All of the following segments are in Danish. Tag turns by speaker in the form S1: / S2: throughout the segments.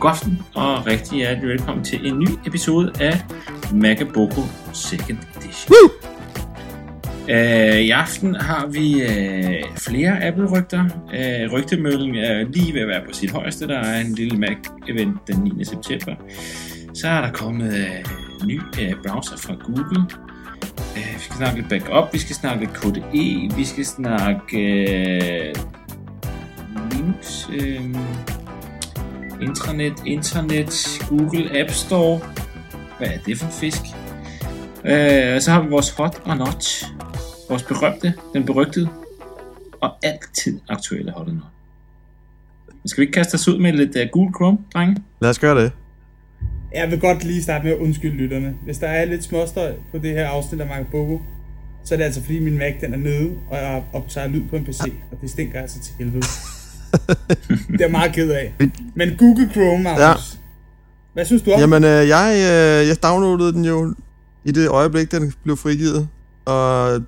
S1: Gosten, og rigtig hjertelig velkommen til en ny episode af Magaboko Second Edition. Woo! Uh, I aften har vi uh, flere Apple-rygter. Uh, rygtemøllen er lige ved at være på sit højeste. Der er en lille Mac-event den 9. september. Så er der kommet uh, ny uh, browser fra Google. Uh, vi skal snakke lidt backup, vi skal snakke lidt KDE, vi skal snakke uh, Linux, uh, intranet, internet, Google App Store. Hvad er det for en fisk? Øh, så har vi vores hot og not. Vores berømte, den berygtede og altid aktuelle hot og not. Men skal vi ikke kaste os ud med lidt uh, Google Chrome, drenge?
S2: Lad os gøre det.
S3: Jeg vil godt lige starte med at undskylde lytterne. Hvis der er lidt småstøj på det her afsnit af Marco Bogo, så er det altså fordi min Mac den er nede, og jeg optager lyd på en PC, og det stinker altså til helvede. det er jeg meget ked af. Men Google Chrome, Magnus. Ja. Hvad synes du om? Jamen.
S2: Jamen, øh, jeg, øh, jeg downloadede den jo i det øjeblik, den blev frigivet, og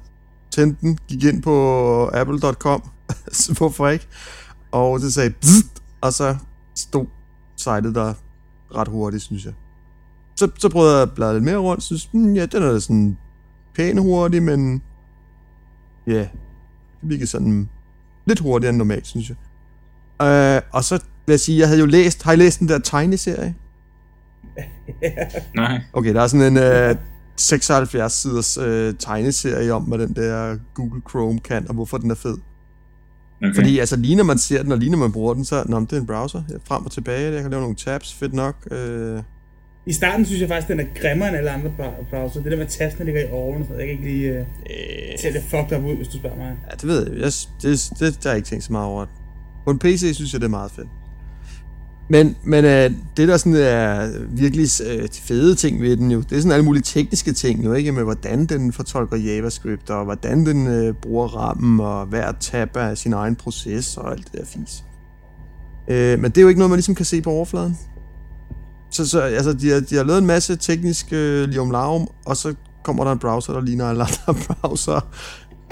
S2: tændte den, gik ind på apple.com, så hvorfor ikke? Og det sagde, Bzzzt, og så stod sitet der ret hurtigt, synes jeg. Så, så prøvede jeg at bladre lidt mere rundt, synes, mm, ja, den er sådan pæn hurtig, men ja, yeah, det virkede sådan lidt hurtigere end normalt, synes jeg. Øh, og så vil jeg sige, jeg havde jo læst, har I læst den der tegneserie?
S1: Nej.
S2: Okay, der er sådan en øh, 76 siders øh, tegneserie om, hvad den der Google Chrome kan, og hvorfor den er fed. Okay.
S1: Okay.
S2: Fordi altså, lige når man ser den, og lige når man bruger den, så nå, men det er en browser. Jeg er frem og tilbage, jeg kan lave nogle tabs, fedt nok. Øh,
S3: I starten synes jeg faktisk, den er grimmere end alle andre bra- browser. Det der med at tasten ligger i oven, og sådan noget, jeg kan ikke lige uh, se det fucked up ud, hvis du spørger mig.
S2: ja, det ved jeg. jeg s- det, det, der er ikke tænkt så meget over. det. På en PC synes jeg, det er meget fedt. Men, men øh, det, der sådan er virkelig øh, de fede ting ved den jo, det er sådan alle mulige tekniske ting jo, ikke? Med hvordan den fortolker JavaScript, og hvordan den øh, bruger rammen, og hver tab af sin egen proces, og alt det der fis. Øh, men det er jo ikke noget, man ligesom kan se på overfladen. Så, så altså, de, har, de har lavet en masse teknisk øh, lium og så kommer der en browser, der ligner alle andre browser.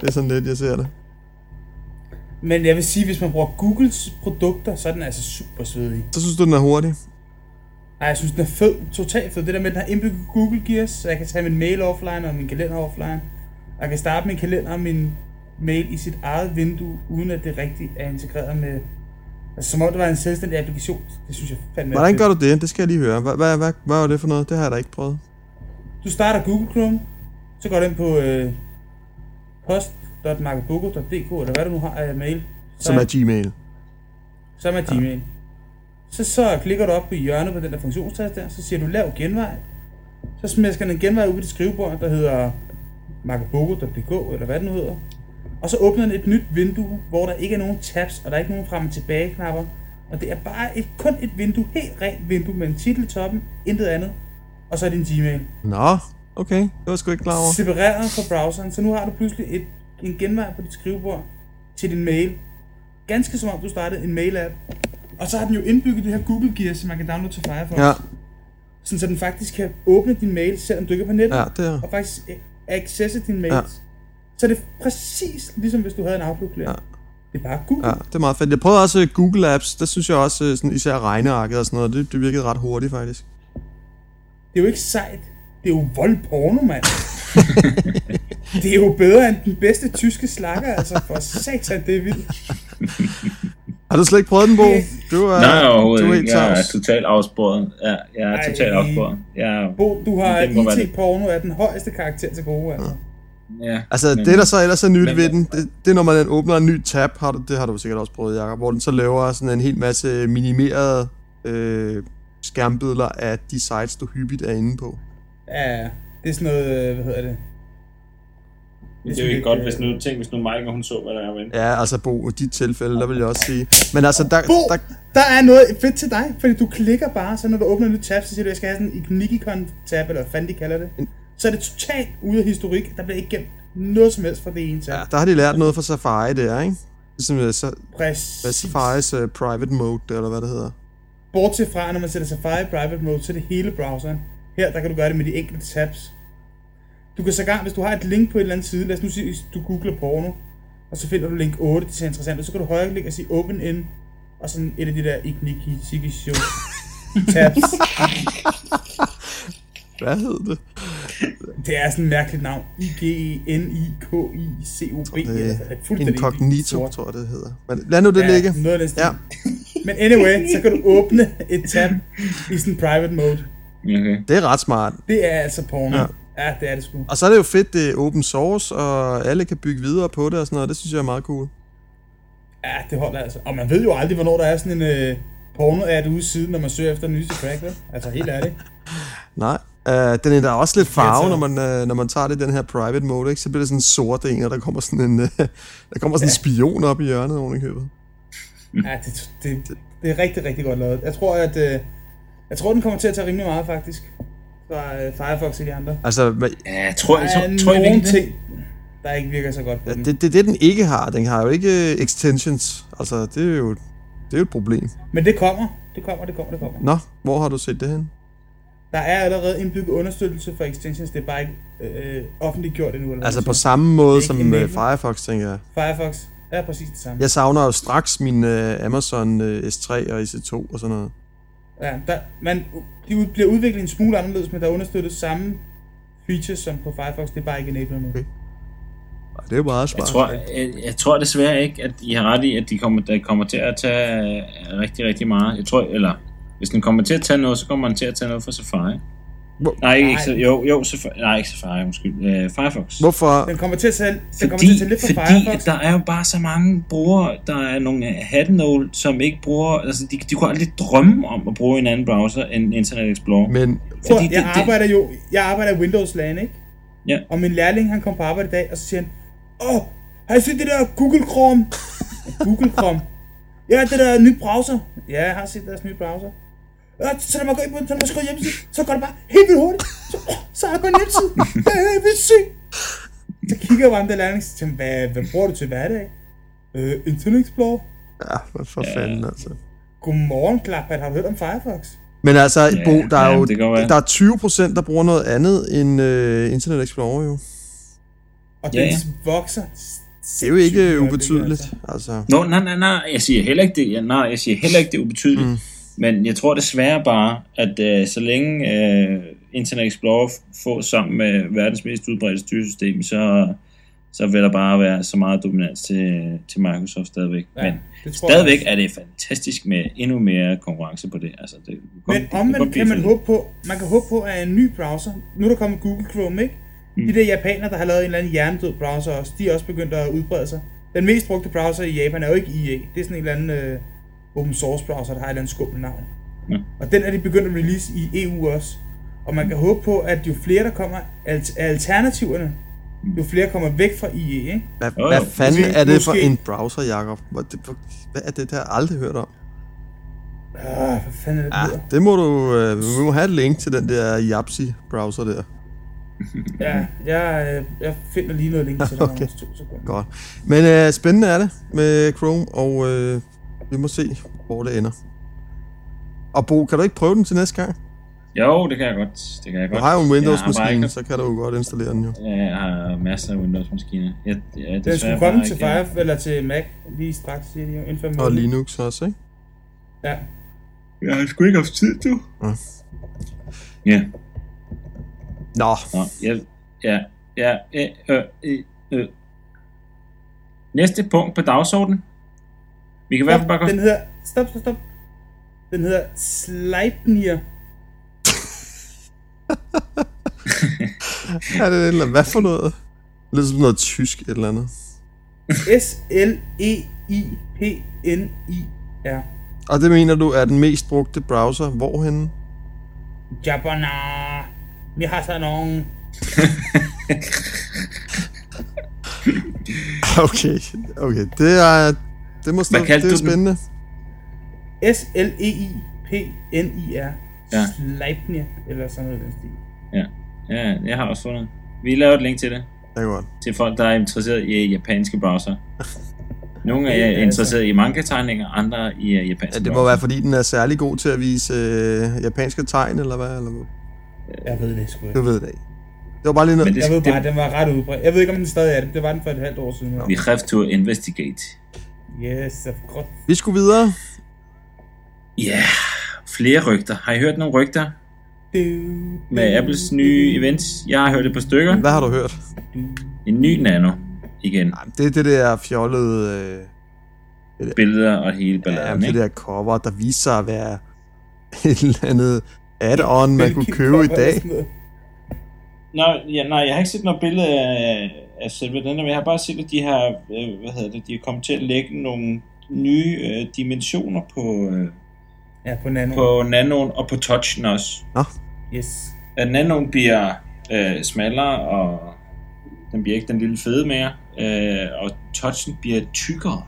S2: Det er sådan lidt, jeg ser det.
S3: Men jeg vil sige, hvis man bruger Googles produkter, så er den altså super svedig.
S2: Så synes du, den er hurtig?
S3: Nej, jeg synes, den er fed. Totalt fed. Det der med, at den har indbygget Google Gears, så jeg kan tage min mail offline og min kalender offline. Og jeg kan starte min kalender og min mail i sit eget vindue, uden at det rigtigt er integreret med... Altså, som om det var en selvstændig applikation. Det synes jeg fandme er
S2: Hvordan
S3: fedt.
S2: gør du det? Det skal jeg lige høre. Hvad, hvad, hvad, hvad var det for noget? Det har jeg da ikke prøvet.
S3: Du starter Google Chrome, så går du ind på øh, post.marketbogo.dk, eller hvad du nu har af mail. Så
S2: Som er Gmail.
S3: Som er Gmail. Så, så klikker du op på hjørnet på den der funktionstast der, så siger du lav genvej. Så smæsker den en genvej ud i dit skrivebord, der hedder marketbogo.dk, eller hvad den nu hedder. Og så åbner den et nyt vindue, hvor der ikke er nogen tabs, og der er ikke nogen frem og tilbage knapper. Og det er bare et, kun et vindue, helt rent vindue med en titel i toppen, intet andet. Og så er din Gmail.
S2: Nå, okay. Det var jeg sgu ikke klar over.
S3: Separeret fra browseren, så nu har du pludselig et, en genvej på dit skrivebord til din mail. Ganske som om du startede en mail-app. Og så har den jo indbygget det her Google Gear, som man kan downloade til Firefox.
S2: Ja,
S3: Sådan, så den faktisk kan åbne din mail, selvom du ikke er på nettet.
S2: ja, det er...
S3: Og faktisk a- accesse din mails.
S2: Ja.
S3: Ja. Så det er præcis ligesom hvis du havde en outlook ja. Det er bare Google.
S2: Ja,
S3: Ja.
S2: det er meget fedt. Jeg prøvede også øh, Google Apps. Der synes jeg også, øh, sådan, især regnearket og sådan noget, det, det virkede ret hurtigt faktisk.
S3: Det er jo ikke sejt. Det er jo voldporno, mand. det er jo bedre end den bedste tyske slakker, altså. For satan, det er vildt.
S2: Har du slet ikke prøvet den, Bo? Du er,
S1: Nej,
S2: du er
S1: overhovedet
S2: helt
S1: ikke. Jeg er
S2: tavs.
S1: totalt afsporet. Ja, jeg er
S3: Ej.
S1: totalt afsporet. Jeg er,
S3: Bo, du har
S1: Den må være lidt-
S3: IT-porno af den højeste karakter til gode, altså.
S1: ja,
S2: Altså,
S1: men-
S2: det der så ellers er nyt
S1: men-
S2: ved den, det, det er når man åbner en ny tab, har du, det har du sikkert også prøvet, Jacob, hvor den så laver sådan en hel masse minimerede øh, skærmbilleder af de sites, du hyppigt er inde på.
S3: Ja, ja. det er sådan noget, øh, hvad hedder det?
S1: Men det er jo ikke godt, hvis nu, tænk, hvis nu Mike, hun så, hvad der er med.
S2: Ja, altså Bo, i dit tilfælde, der vil jeg også sige. Men altså, der,
S3: Bo,
S2: der,
S3: der er noget fedt til dig, fordi du klikker bare, så når du åbner en ny tab, så siger du, jeg skal have sådan en Nikon-tab, eller hvad fanden de kalder det. Så er det totalt ude af historik. Der bliver ikke gemt noget som helst fra det ene tab.
S2: ja, der har de lært noget fra Safari der, ikke? Ligesom øh, så, hvad
S3: Præcis.
S2: Safaris uh, private mode, eller hvad det hedder.
S3: Bortset fra, når man sætter Safari Private Mode, så er det hele browseren. Her, der kan du gøre det med de enkelte tabs. Du kan sågar, hvis du har et link på en eller anden side, lad os nu sige, du googler porno, og så finder du link 8, det ser interessant ud, så kan du højreklikke og sige open in, og sådan et af de der ikke Nikki, Siki, Show. Tabs.
S2: Hvad hed det?
S3: Det er sådan et mærkeligt navn. I-G-N-I-K-I-C-O-B. eller sådan noget.
S2: Øh,
S3: Fuldstændig
S2: incognito,
S3: sort.
S2: tror jeg, det hedder. Men lad nu det ligge.
S3: Ja, noget af den stil.
S2: Ja.
S3: Men anyway, så kan du åbne et tab i sådan private mode.
S1: Okay.
S2: Det er ret smart.
S3: Det er altså porno.
S2: Ja.
S3: Ja, ja det er det sgu.
S2: Og så er det jo fedt, det er open source, og alle kan bygge videre på det og sådan noget. Det synes jeg er meget cool.
S3: Ja, det holder altså. Og man ved jo aldrig, hvornår der er sådan en øh, porno-ad ude siden, når man søger efter den nyeste crack, vel? Altså helt ærligt.
S2: Nej. Uh, den er der også lidt farve,
S3: så-
S2: når man, uh, når man tager det i den her private mode, ikke? så bliver det sådan en sort en, og der kommer sådan en, uh, der kommer sådan en spion op i hjørnet oven i købet. Mm.
S3: Ja, det, det, det er rigtig, rigtig godt lavet. Jeg tror, at øh, jeg tror, den kommer til at tage rimelig meget, faktisk. Fra øh, Firefox og de andre.
S2: Altså, hvad-
S1: Ja, jeg tror,
S3: Der
S1: jeg,
S3: er
S1: tror, tror jeg
S3: nogle
S1: virkelig det.
S3: ting, der ikke virker så godt på den.
S2: det, det er det, den ikke har. Den har jo ikke øh, extensions. Altså, det er jo, det er jo et problem.
S3: Men det kommer. Det kommer, det kommer, det kommer.
S2: Nå, hvor har du set det hen?
S3: Der er allerede indbygget understøttelse for extensions. Det er bare ikke øh, offentliggjort endnu. Eller
S2: Altså
S3: hvad
S2: på
S3: man siger.
S2: samme måde
S3: Ikke
S2: som
S3: en
S2: øh,
S3: mail.
S2: Firefox, tænker jeg.
S3: Firefox er præcis det samme.
S2: Jeg savner jo straks min øh, Amazon øh, S3 og EC2 og sådan noget.
S3: Ja, der, man, de ud- bliver udviklet en smule anderledes, men der understøttes samme features som på Firefox. Det er bare ikke enablet nu.
S2: Okay. Ej, det er jo meget smart.
S1: Jeg tror, jeg, jeg tror desværre ikke, at I har ret i, at de kommer, der kommer til at tage øh, rigtig, rigtig meget. Jeg tror, eller hvis den kommer til at tage noget, så kommer den til at tage noget fra Safari.
S2: Hvor-
S1: Nej, ikke,
S3: Nej.
S1: så- jo, jo, Safari, nej, ikke Safari, undskyld. Øh, Firefox.
S2: Hvorfor?
S3: Den kommer til at tage, den kommer
S1: Fordi,
S3: til at tage lidt fra
S1: fordi
S3: Firefox.
S1: at der er jo bare så mange brugere, der er nogle hattenål, som ikke bruger, altså de, de kunne aldrig drømme om at bruge en anden browser end Internet Explorer.
S2: Men
S3: Prøv,
S1: fordi
S3: jeg
S1: det- det-
S3: arbejder jo jeg arbejder i Windows-land, ikke?
S1: Ja.
S3: Og min lærling, han kom på arbejde i dag, og så siger han, Åh, har I set det der Google Chrome? Google Chrome? Ja, det der nye browser. Ja, jeg har set deres nye browser. Ja, så lad mig gå ind på den, så lad mig skrive hjemmeside. Så går det bare helt vildt hurtigt. Så, åh, så er jeg på en hjemmeside. Det er helt vildt sygt. Så kigger jeg på ham der lærling, og så siger, han, hvad, hvad bruger du til hverdag? Øh, Internet Explorer.
S2: ja, for, for ja. fanden altså.
S3: Godmorgen, Klaphat. Har du hørt om Firefox?
S2: Men altså, ja, Bo, der er
S1: ja,
S2: jo
S1: det kan godt være.
S2: der er 20 procent, der bruger noget andet end øh, Internet Explorer jo.
S3: Og
S1: Ja,
S3: den
S1: ja.
S3: vokser.
S2: Det er jo
S3: sindssygt i
S2: ikke øh,
S3: øjeblikket,
S2: ubetydeligt.
S3: altså.
S2: Altså.
S1: Nå, nej, nej, nej, jeg siger heller ikke det, ja, nej, jeg siger heller ikke det er ubetydeligt, mm. men jeg tror desværre bare, at øh, så længe øh, Internet Explorer f- får sammen med verdens mest udbredte styresystem, så, så vil der bare være så meget dominans til, til Microsoft stadigvæk. Ja, men
S3: det tror jeg
S1: stadigvæk
S3: også.
S1: er det fantastisk med endnu mere konkurrence på det. Altså, det kom,
S3: Men omvendt kan man håbe på, man kan håbe på, at en ny browser, nu er der kommet Google Chrome, ikke?
S1: Mm.
S3: De der japanere, der har lavet en eller anden hjernedød browser også, de er også begyndt at udbrede sig. Den mest brugte browser i Japan er jo ikke IE, det er sådan en eller anden øh, open source browser, der har et eller andet skummelt navn.
S1: Ja.
S3: Og den er de begyndt at release i EU også. Og man kan
S1: Mm.
S3: håbe på, at jo flere der kommer alt- af alternativerne,
S1: Mm.
S3: jo flere kommer væk fra IE, ikke?
S2: Hvad,
S1: Jo, jo.
S2: hvad fanden
S3: Måske-
S2: er det for
S3: måske-
S2: en browser, Jacob? Hvor- det- hvor- Hvad er det, der har jeg aldrig hørt om?
S3: Øh, hvad fanden er det,
S2: Ja,
S1: Ah.
S3: det,
S2: det må du øh, vi må have et link til den der Yapsi-browser der.
S3: hedder? Ja, jeg, øh, jeg finder lige noget link til dig, okay. to sekunder.
S2: Godt. Men øh, spændende er det med Chrome, og øh, vi må se, hvor det ender. Og Bo, kan du ikke prøve den til næste gang?
S1: Jo, det kan jeg godt. Det kan jeg
S2: Du
S1: godt.
S2: har jo en
S1: Jeg har, bare
S2: Windows-maskine,
S1: ikke,
S2: så kan du jo godt installere den jo.
S1: jeg har masser af Windows-maskiner. Jeg, jeg,
S3: Den
S1: desværre
S3: skulle komme
S1: bare
S3: til
S1: ikke-
S3: Five eller til Mac lige straks, siger de jo, inden for
S2: Og
S3: en
S1: Mm.
S3: måned.
S2: Linux også, ikke?
S3: Ja.
S1: Jeg har sgu ikke haft tid, du.
S2: Ja.
S1: Ja.
S2: Nå,
S1: Nå, ja, ja, ja, øh, øh, øh, øh. Næste punkt på dagsordenen. Vi kan i hvert fald bare
S3: Stop,
S1: godt...
S3: den hedder... Stop, stop, stop. Den hedder Sleipnir.
S2: er det et eller andet? Hvad for noget? Lidt som noget tysk et eller andet.
S3: E S-L-E-I-P-N-I-R.
S2: Og det mener du er den mest brugte browser hvorhenne?
S3: Jabana. Vi har så nogen.
S2: Okay, okay. Det er, det må stå,
S1: Hvad kaldte
S2: det er
S1: du den?
S2: spændende.
S3: E S-L-E-I-P-N-I-R.
S1: Ja.
S3: Sleipnir, eller sådan noget i den stil.
S1: Ja, ja, jeg har også fundet. Vi laver et link til det.
S2: Det er godt.
S1: Til folk, der er interesseret i øh, japanske browser. Nogle
S3: Ja,
S1: er
S3: altså.
S1: interesseret i manga-tegninger, andre i øh,
S2: Ja,
S1: japanske
S2: det må være, fordi den er særlig god til at vise øh, japanske tegn, eller hvad? Eller, hvad?
S3: Jeg ved det sgu
S2: du
S3: ikke.
S2: ved det ikke. Det var bare lige noget.
S1: Men det-
S3: Jeg ved bare, at den var ret udbredt. Jeg ved ikke, om den stadig er det. Det var den for et halvt år siden.
S1: Vi have to investigate.
S3: Yes, of course.
S2: Vi skulle videre.
S1: Ja, yeah. flere rygter. Har I hørt nogle rygter
S2: Mm.
S1: med Apples nye events? Jeg har hørt et par stykker.
S2: Hvad har du hørt?
S1: En ny nano igen.
S2: Ej, men det er det der fjollede... Øh,
S1: Billeder og hele
S2: ja,
S1: balladen,
S2: det
S1: ikke?
S2: der cover, der viser sig at være et eller andet add-on, man kunne
S3: Hvilken
S2: købe i
S3: cover er
S2: dag.
S3: sådan noget?
S1: Nå, ja, nej, jeg har ikke set noget billede af, af selve den her, men jeg har bare set, at de har, øh, hvad hedder det, de er kommet til at lægge nogle nye øh, dimensioner på, øh,
S3: Ja, på nano.
S1: på nanoen og på touchen også.
S3: Yes.
S1: At nanoen bliver øh, smallere, og den bliver ikke den lille fede mere, øh, og touchen bliver tykkere.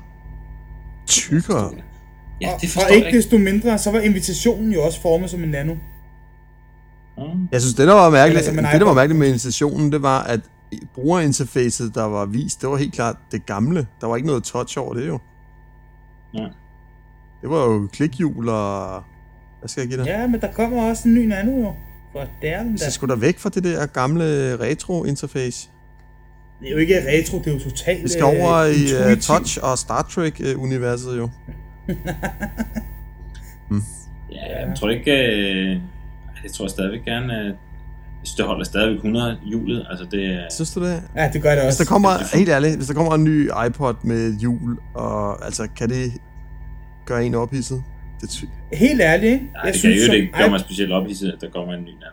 S2: Tykkere.
S1: Ja, det
S3: og,
S1: forstår
S3: og
S1: jeg
S3: ikke
S1: ikke.
S3: desto mindre, så var invitationen jo også formet som en nano.
S1: Mm.
S2: Jeg synes, det der var mærkeligt,
S3: Eller
S1: altså,
S3: som en
S2: det, der var
S3: iPod.
S2: mærkeligt med installationen, det var, at brugerinterfacet, der var vist, det var helt klart det gamle. Der var ikke noget touch over det jo.
S1: Ja.
S2: Det var jo klikhjul og... Hvad skal jeg give dig?
S3: Ja, men der kommer også en ny nano jo. For der den
S2: Så
S3: der.
S2: skulle der væk fra det der gamle retro-interface.
S3: Det er jo ikke retro, det er jo totalt...
S2: Vi skal
S3: øh,
S2: over i uh,
S3: intuitivt.
S2: Touch og Star Trek-universet jo.
S1: Ja, jeg tror ikke, øh, jeg tror stadigvæk gerne, at hvis det holder stadigvæk 100 hjulet, altså det er...
S2: Synes du det?
S3: Ja, det gør det
S2: Hvis
S3: også.
S2: der kommer, helt ærligt, hvis der kommer en ny iPod med hjul, og altså, kan det gøre en ophidset? Det ty-
S3: Helt ærligt, ikke?
S1: Nej, det kan jo
S3: som
S1: ikke gøre
S3: iP-
S1: mig specielt ophidset, at der kommer en ny nano.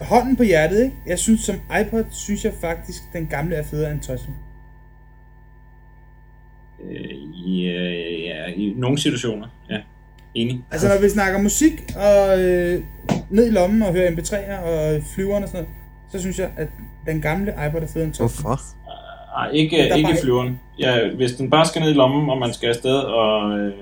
S3: hånden på hjertet, ikke? Jeg synes, som iPod, synes jeg faktisk, den gamle er federe end Touchen.
S1: Øh, i, øh, ja, I nogle situationer, ja. Enig.
S3: Altså, når vi snakker musik, og øh, ned i lommen og høre MP3'er og flyveren og sådan noget, så synes jeg, at den gamle iPod er federe end Touchen.
S2: Hvorfor?
S1: Nej, ikke,
S3: er
S1: ikke
S3: bare-
S1: i flyveren. Ja, hvis den bare skal ned i lommen, og man skal afsted, og øh,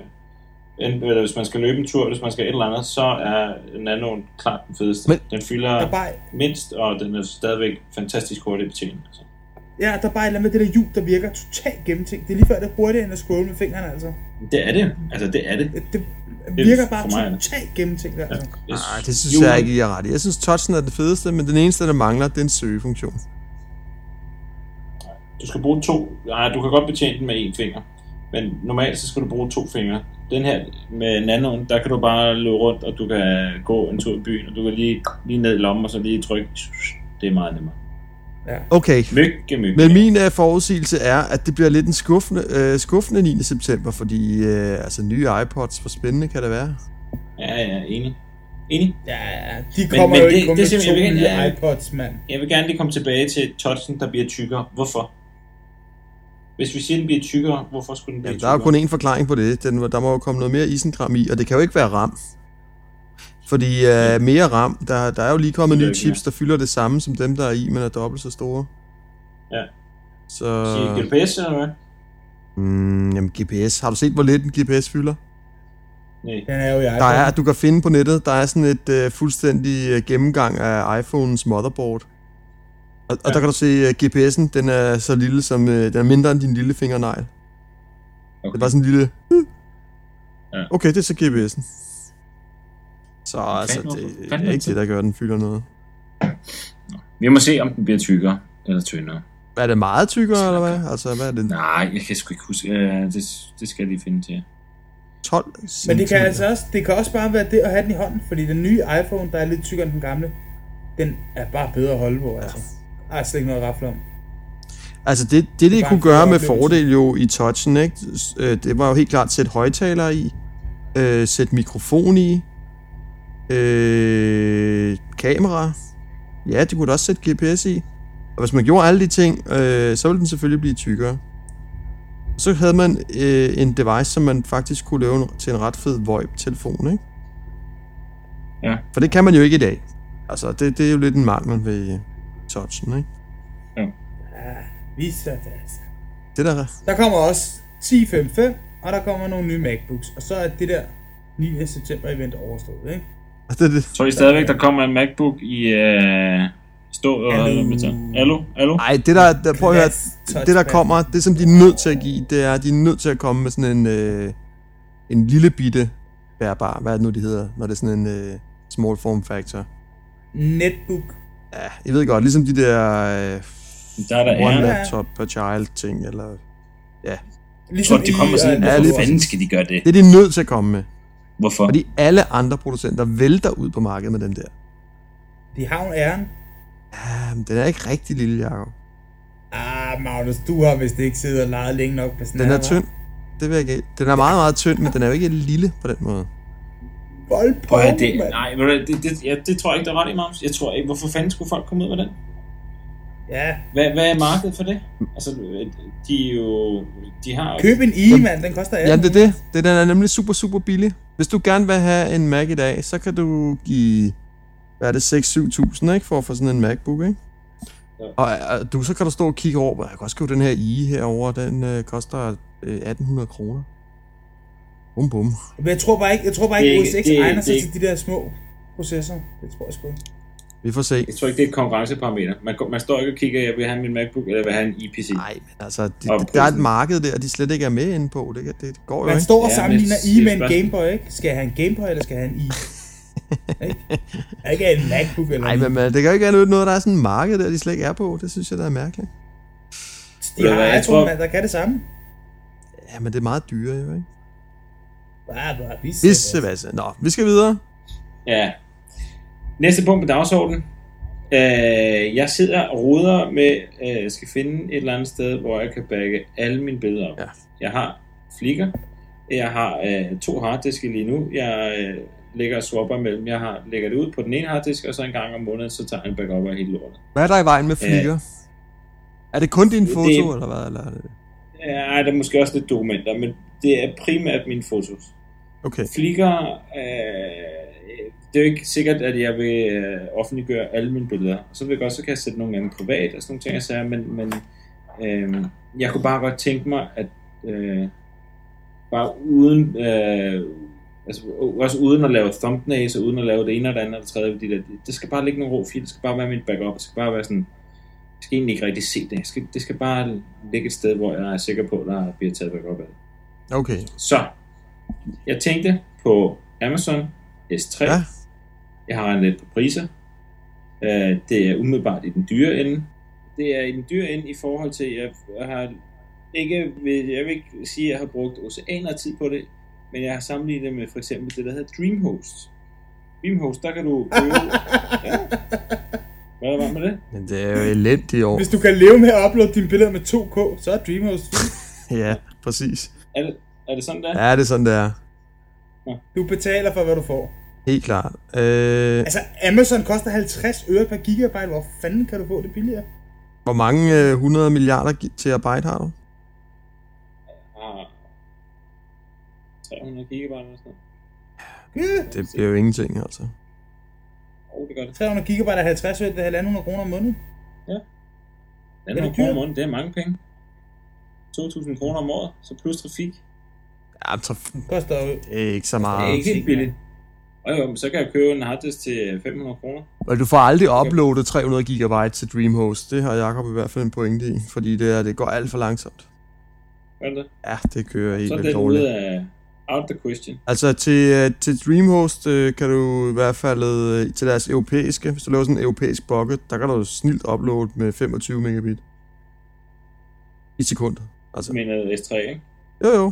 S1: enten, eller hvis man skal løbe en tur, hvis man skal et eller andet, så er nanoen klart den fedeste.
S2: Men-
S1: Men, den fylder
S3: Der er bare,
S1: mindst, og den er stadigvæk fantastisk hurtig betjent. Altså.
S3: ja, der er bare et eller andet med det der hjul, der virker totalt gennemtænkt. Det er lige før, det er hurtigere end at scrolle med fingrene, altså.
S1: Det er det. Altså, det er det.
S3: Det, det virker
S1: for
S3: bare
S1: mig er det.
S3: totalt gennemtænkt, altså.
S1: Jeg
S2: Nej, det synes jeg ikke, I har ret i. Jeg synes, touchen er det fedeste, men den eneste, der mangler, det er en søgefunktion.
S1: Du skal bruge to... Nej, du kan godt betjene den med én finger. Men normalt så skal du bruge to fingre. Den her med nanoen, der kan du bare løbe rundt, og du kan gå en tur i byen, og du kan lige, lige ned i lommen, og så lige trykke. Det er meget nemmere.
S2: Okay,
S1: Mygge, mygge.
S2: men min uh, forudsigelse er, at det bliver lidt en skuffende, uh, skuffende 9. september, fordi uh, altså nye iPods, hvor spændende kan det være?
S1: Ja, ja, enig. Enig.
S3: Ja, ja, de kommer men, men jo
S1: det-
S3: ikke kun
S1: det er
S3: med to
S1: simpelthen- jeg ved
S3: nye
S1: ikke, ja.
S3: iPods, mand.
S1: Jeg vil gerne lige komme tilbage til touchen, der bliver tykkere. Hvorfor? Hvis vi siger, den bliver tykkere, hvorfor skulle den blive
S2: Jamen, der
S1: tykkere?
S2: er jo kun én forklaring på det. Den, der må jo komme noget mere isenkram i, og det kan jo ikke være RAM. Fordi uh, mere RAM, der, der er jo lige kommet
S1: Det er
S2: nye
S1: ikke
S2: chips, der fylder det samme som dem, der er i, men er dobbelt så store.
S1: Ja.
S2: Så...
S1: Siger
S2: øh,
S1: GPS eller hvad?
S2: Mm, jamen, GPS. Har du set, hvor lidt en GPS fylder?
S1: Nej.
S3: Den er jo i iPod.
S2: Der er, du kan finde på nettet, der er sådan et øh, fuldstændig øh, gennemgang af iPhones motherboard. Og, og der kan du se, øh, at GPS'en, den er så lille som, øh, den er mindre end din lille fingernegl. Det
S1: Okay.
S2: er bare sådan en lille...
S1: Ja.
S2: Okay, det er så GPS'en. Så altså,
S1: nu.
S2: det, det
S1: Fanden
S2: er ikke det, der gør, at den fylder noget.
S1: Vi må se, om den bliver tykkere eller tyndere.
S2: Er det meget tykkere, eller hvad? Altså, hvad er det?
S1: Nej, jeg kan sgu ikke huske. Øh, det, det skal jeg lige finde til.
S2: 12
S3: Men det kan
S2: centimeter.
S3: altså også, det kan også bare være det at have den i hånden, fordi den nye iPhone, der er lidt tykkere end den gamle, den er bare bedre at holde på, altså. Der er slet ikke noget at rafle om.
S2: Altså det, det, det
S3: bare
S2: kunne
S3: en fed
S2: gøre med
S3: oplevelse.
S2: fordel jo i touchen, ikke? S- øh, det var jo helt klart at sætte højtalere i, øh, sætte mikrofon i, øh, kamera. Ja, det kunne da også sætte GPS i. Og hvis man gjorde alle de ting, øh, så ville den selvfølgelig blive tykkere. Så havde man øh, en device, som man faktisk kunne lave en, til en ret fed VoIP-telefon, ikke?
S1: Ja.
S2: For det kan man jo ikke i dag. Altså, det, det er jo lidt en mangel ved øh, touchen, ikke?
S3: Ah, vis dig det, altså.
S2: Det der...
S3: Der kommer også 10.5.5, og der kommer nogle nye MacBooks, og så er det der 9. september event overstået, ikke?
S2: Det, det,
S1: Tror I stadigvæk, der kommer en MacBook i øh, stå og
S3: Hallo.
S1: Allo? Allo?
S2: Nej, det der, der prøv at høre,
S3: Glass
S2: det der
S3: touchpad.
S2: kommer, det som de er nødt til at give, det er, at de er nødt til at komme med sådan en, øh, en lille bitte bærbar, hvad er det nu, de hedder, når det er sådan en øh, small form factor.
S3: Netbook.
S2: Ja, jeg ved godt, ligesom de der øh,
S1: Der er der
S2: one
S1: er.
S3: Ja.
S2: laptop per child ting, eller...
S1: Jeg tror,
S3: Ligesom
S1: de kommer
S3: i- øh,
S1: sådan en,
S3: og-
S2: Ja, lige
S1: hvorfor fanden skal de gøre det?
S2: Det er de nødt til at komme med.
S1: Hvorfor?
S2: Fordi alle andre producenter vælter ud på markedet med den der.
S3: De har jo æren.
S2: Ja, men den er ikke rigtig lille, Jacob.
S3: Ah, Magnus, du har vist ikke siddet og leget længe nok på sådan
S2: Den
S3: her,
S2: er
S3: hva'?
S2: tynd. Det vil jeg ikke. Den er meget, meget tynd, men den er jo ikke lille på den måde.
S3: Bold på,
S1: Prøv at høre, det,
S3: mand.
S1: nej, ved du hvad, det, det, ja, det tror jeg ikke, der er ret i, Magnus. Jeg tror ikke, hvorfor fanden skulle folk komme ud med den?
S3: Ja,
S1: Hvad, hvad er markedet for det? Altså, de er jo... De har jo...
S3: køb en i, mand. Den koster 18.
S2: Ja, det er det. det. Den er nemlig super, super billig. Hvis du gerne vil have en Mac i dag, så kan du give, hvad er det, 6-7.000, ikke? For at få sådan en MacBook, ikke?
S1: Ja.
S2: Og, øh, du, så kan du stå og kigge over, jeg kan også købe den her i herover, den øh, koster øh, 1.800 kroner. Bum, bum.
S3: Men jeg tror bare ikke, jeg tror bare
S1: Det er
S3: ikke, OS
S1: ikke-
S3: X
S1: det er-
S3: egner sig
S1: det er
S3: til de der små processorer. Det tror jeg sgu ikke.
S2: Vi får se.
S1: Jeg tror ikke, det er et konkurrenceparameter. Man, går- man står ikke og kigger, jeg vil have min MacBook, eller jeg vil have en IPC.
S2: Nej, men altså, de,
S1: Og
S2: der er et
S1: prisen.
S2: marked der, de slet ikke er med inde på. Det, kan- det går jo
S3: Man
S2: ikke.
S3: står og
S1: Ja,
S3: sammenligner
S1: men
S3: i med en
S1: det er et
S3: Gameboy, ikke? Skal jeg have en Gameboy, eller skal jeg have en i? ikke? Ikke en MacBook eller
S2: Nej,
S3: en i.
S2: men man, det kan jo ikke være noget, der er sådan et marked der, de slet ikke er på. Det synes jeg, der er mærkeligt.
S3: De
S1: Ved du hvad,
S3: har
S1: jeg
S3: iPhone,
S1: tror-
S3: mand, der kan det samme.
S2: Ja, men det er meget dyrere jo, ikke?
S3: Bare, bare, vi ser
S2: Hvis
S3: det.
S2: Sebastian. Nå, vi skal videre.
S1: Ja. Næste punkt på dagsordenen. Øh, jeg sidder og roder med, øh, skal finde et eller andet sted, hvor jeg kan bagge alle mine billeder op.
S2: Ja.
S1: Jeg har flikker. Jeg har øh, to harddiske lige nu. Jeg øh, lægger og swapper mellem. Jeg har, lægger det ud på den ene harddisk, og så en gang om måneden, så tager jeg en backup af hele lortet.
S2: Hvad er der i vejen med flikker? Er det kun dine
S1: Det-
S2: foto, det... eller hvad? Eller... er det-
S1: Ja, der er måske også lidt dokumenter, men det er primært mine fotos.
S2: Okay.
S1: Flikker, øh, det er jo ikke sikkert, at jeg vil øh, offentliggøre alle mine billeder. Så vil jeg godt, så kan jeg sætte nogle af dem privat og sådan nogle ting, jeg sagde, men, men øh, jeg kunne bare godt tænke mig, at øh, bare uden, øh, altså, også uden at lave thumbnails, og uden at lave det ene og det andet og det tredje, fordi det, det skal bare ligge nogle rå fil, det skal bare være mit backup, det skal bare være sådan, jeg skal egentlig ikke rigtig se det, jeg skal, det skal bare ligge et sted, hvor jeg er sikker på, at der bliver taget backup af det.
S2: Okay.
S1: Så, jeg tænkte på Amazon S3.
S2: Ja.
S1: Ja. Jeg har en lidt på priser. Øh, Det er umiddelbart i den dyre ende. Det er i den dyre ende i forhold til, at jeg har ikke, vil- jeg vil ikke sige, at jeg har brugt oceaner af tid på det, men jeg har sammenlignet det med for eksempel det, der hedder Dreamhost. Dreamhost, der kan du købe... ja. Hvad er der var med det?
S2: Men det er jo elendigt år.
S3: Hvis du kan leve med at uploade dine billeder med 2K, så er Dreamhost fint.
S2: Ja, præcis.
S1: Er det, er det sådan, der?
S2: Ja, det er sådan, det er.
S3: Du betaler for, hvad du får.
S2: Helt klart. Øh,
S3: Altså, Amazon koster 50 øre per gigabyte. Hvor fanden kan du få det billigere?
S2: hvor mange øh, 100 milliarder gi- terabyte har du?
S1: Ah, 300 gigabyte eller sådan noget.
S3: Ja,
S2: Det bliver jo ingenting, altså.
S1: Oh, det gør det.
S3: 300 gigabyte er 50 øre, det er 1.500 kroner om måneden.
S1: Den
S3: Er
S1: er
S3: det
S1: kroner om
S3: dyrt?
S1: måneden, det er mange penge. 2.000 kroner om året, så plus trafik.
S2: Ja, men så f-
S3: Det koster øh, jo...
S2: det er ikke så
S1: Det er
S2: meget.
S1: ikke helt
S3: trafik,
S1: billigt. Og jo, men så kan jeg købe en harddisk til 500 kroner.
S2: Og du får aldrig uploadet 300 gigabyte til Dreamhost. Det har Jacob i hvert fald en pointe i, fordi det, er, det går alt for langsomt.
S1: Gør det?
S2: Ja, det kører helt
S1: Så er
S2: vildt
S1: den ude
S2: dårligt.
S1: af out the question.
S2: Altså til, øh, til Dreamhost øh, kan du i hvert fald øh, til deres europæiske, hvis du laver sådan en europæisk bucket, der kan du snilt uploade med 25 megabit i sekundet. Altså,
S1: Men øh, S3, ikke?
S2: jo jo,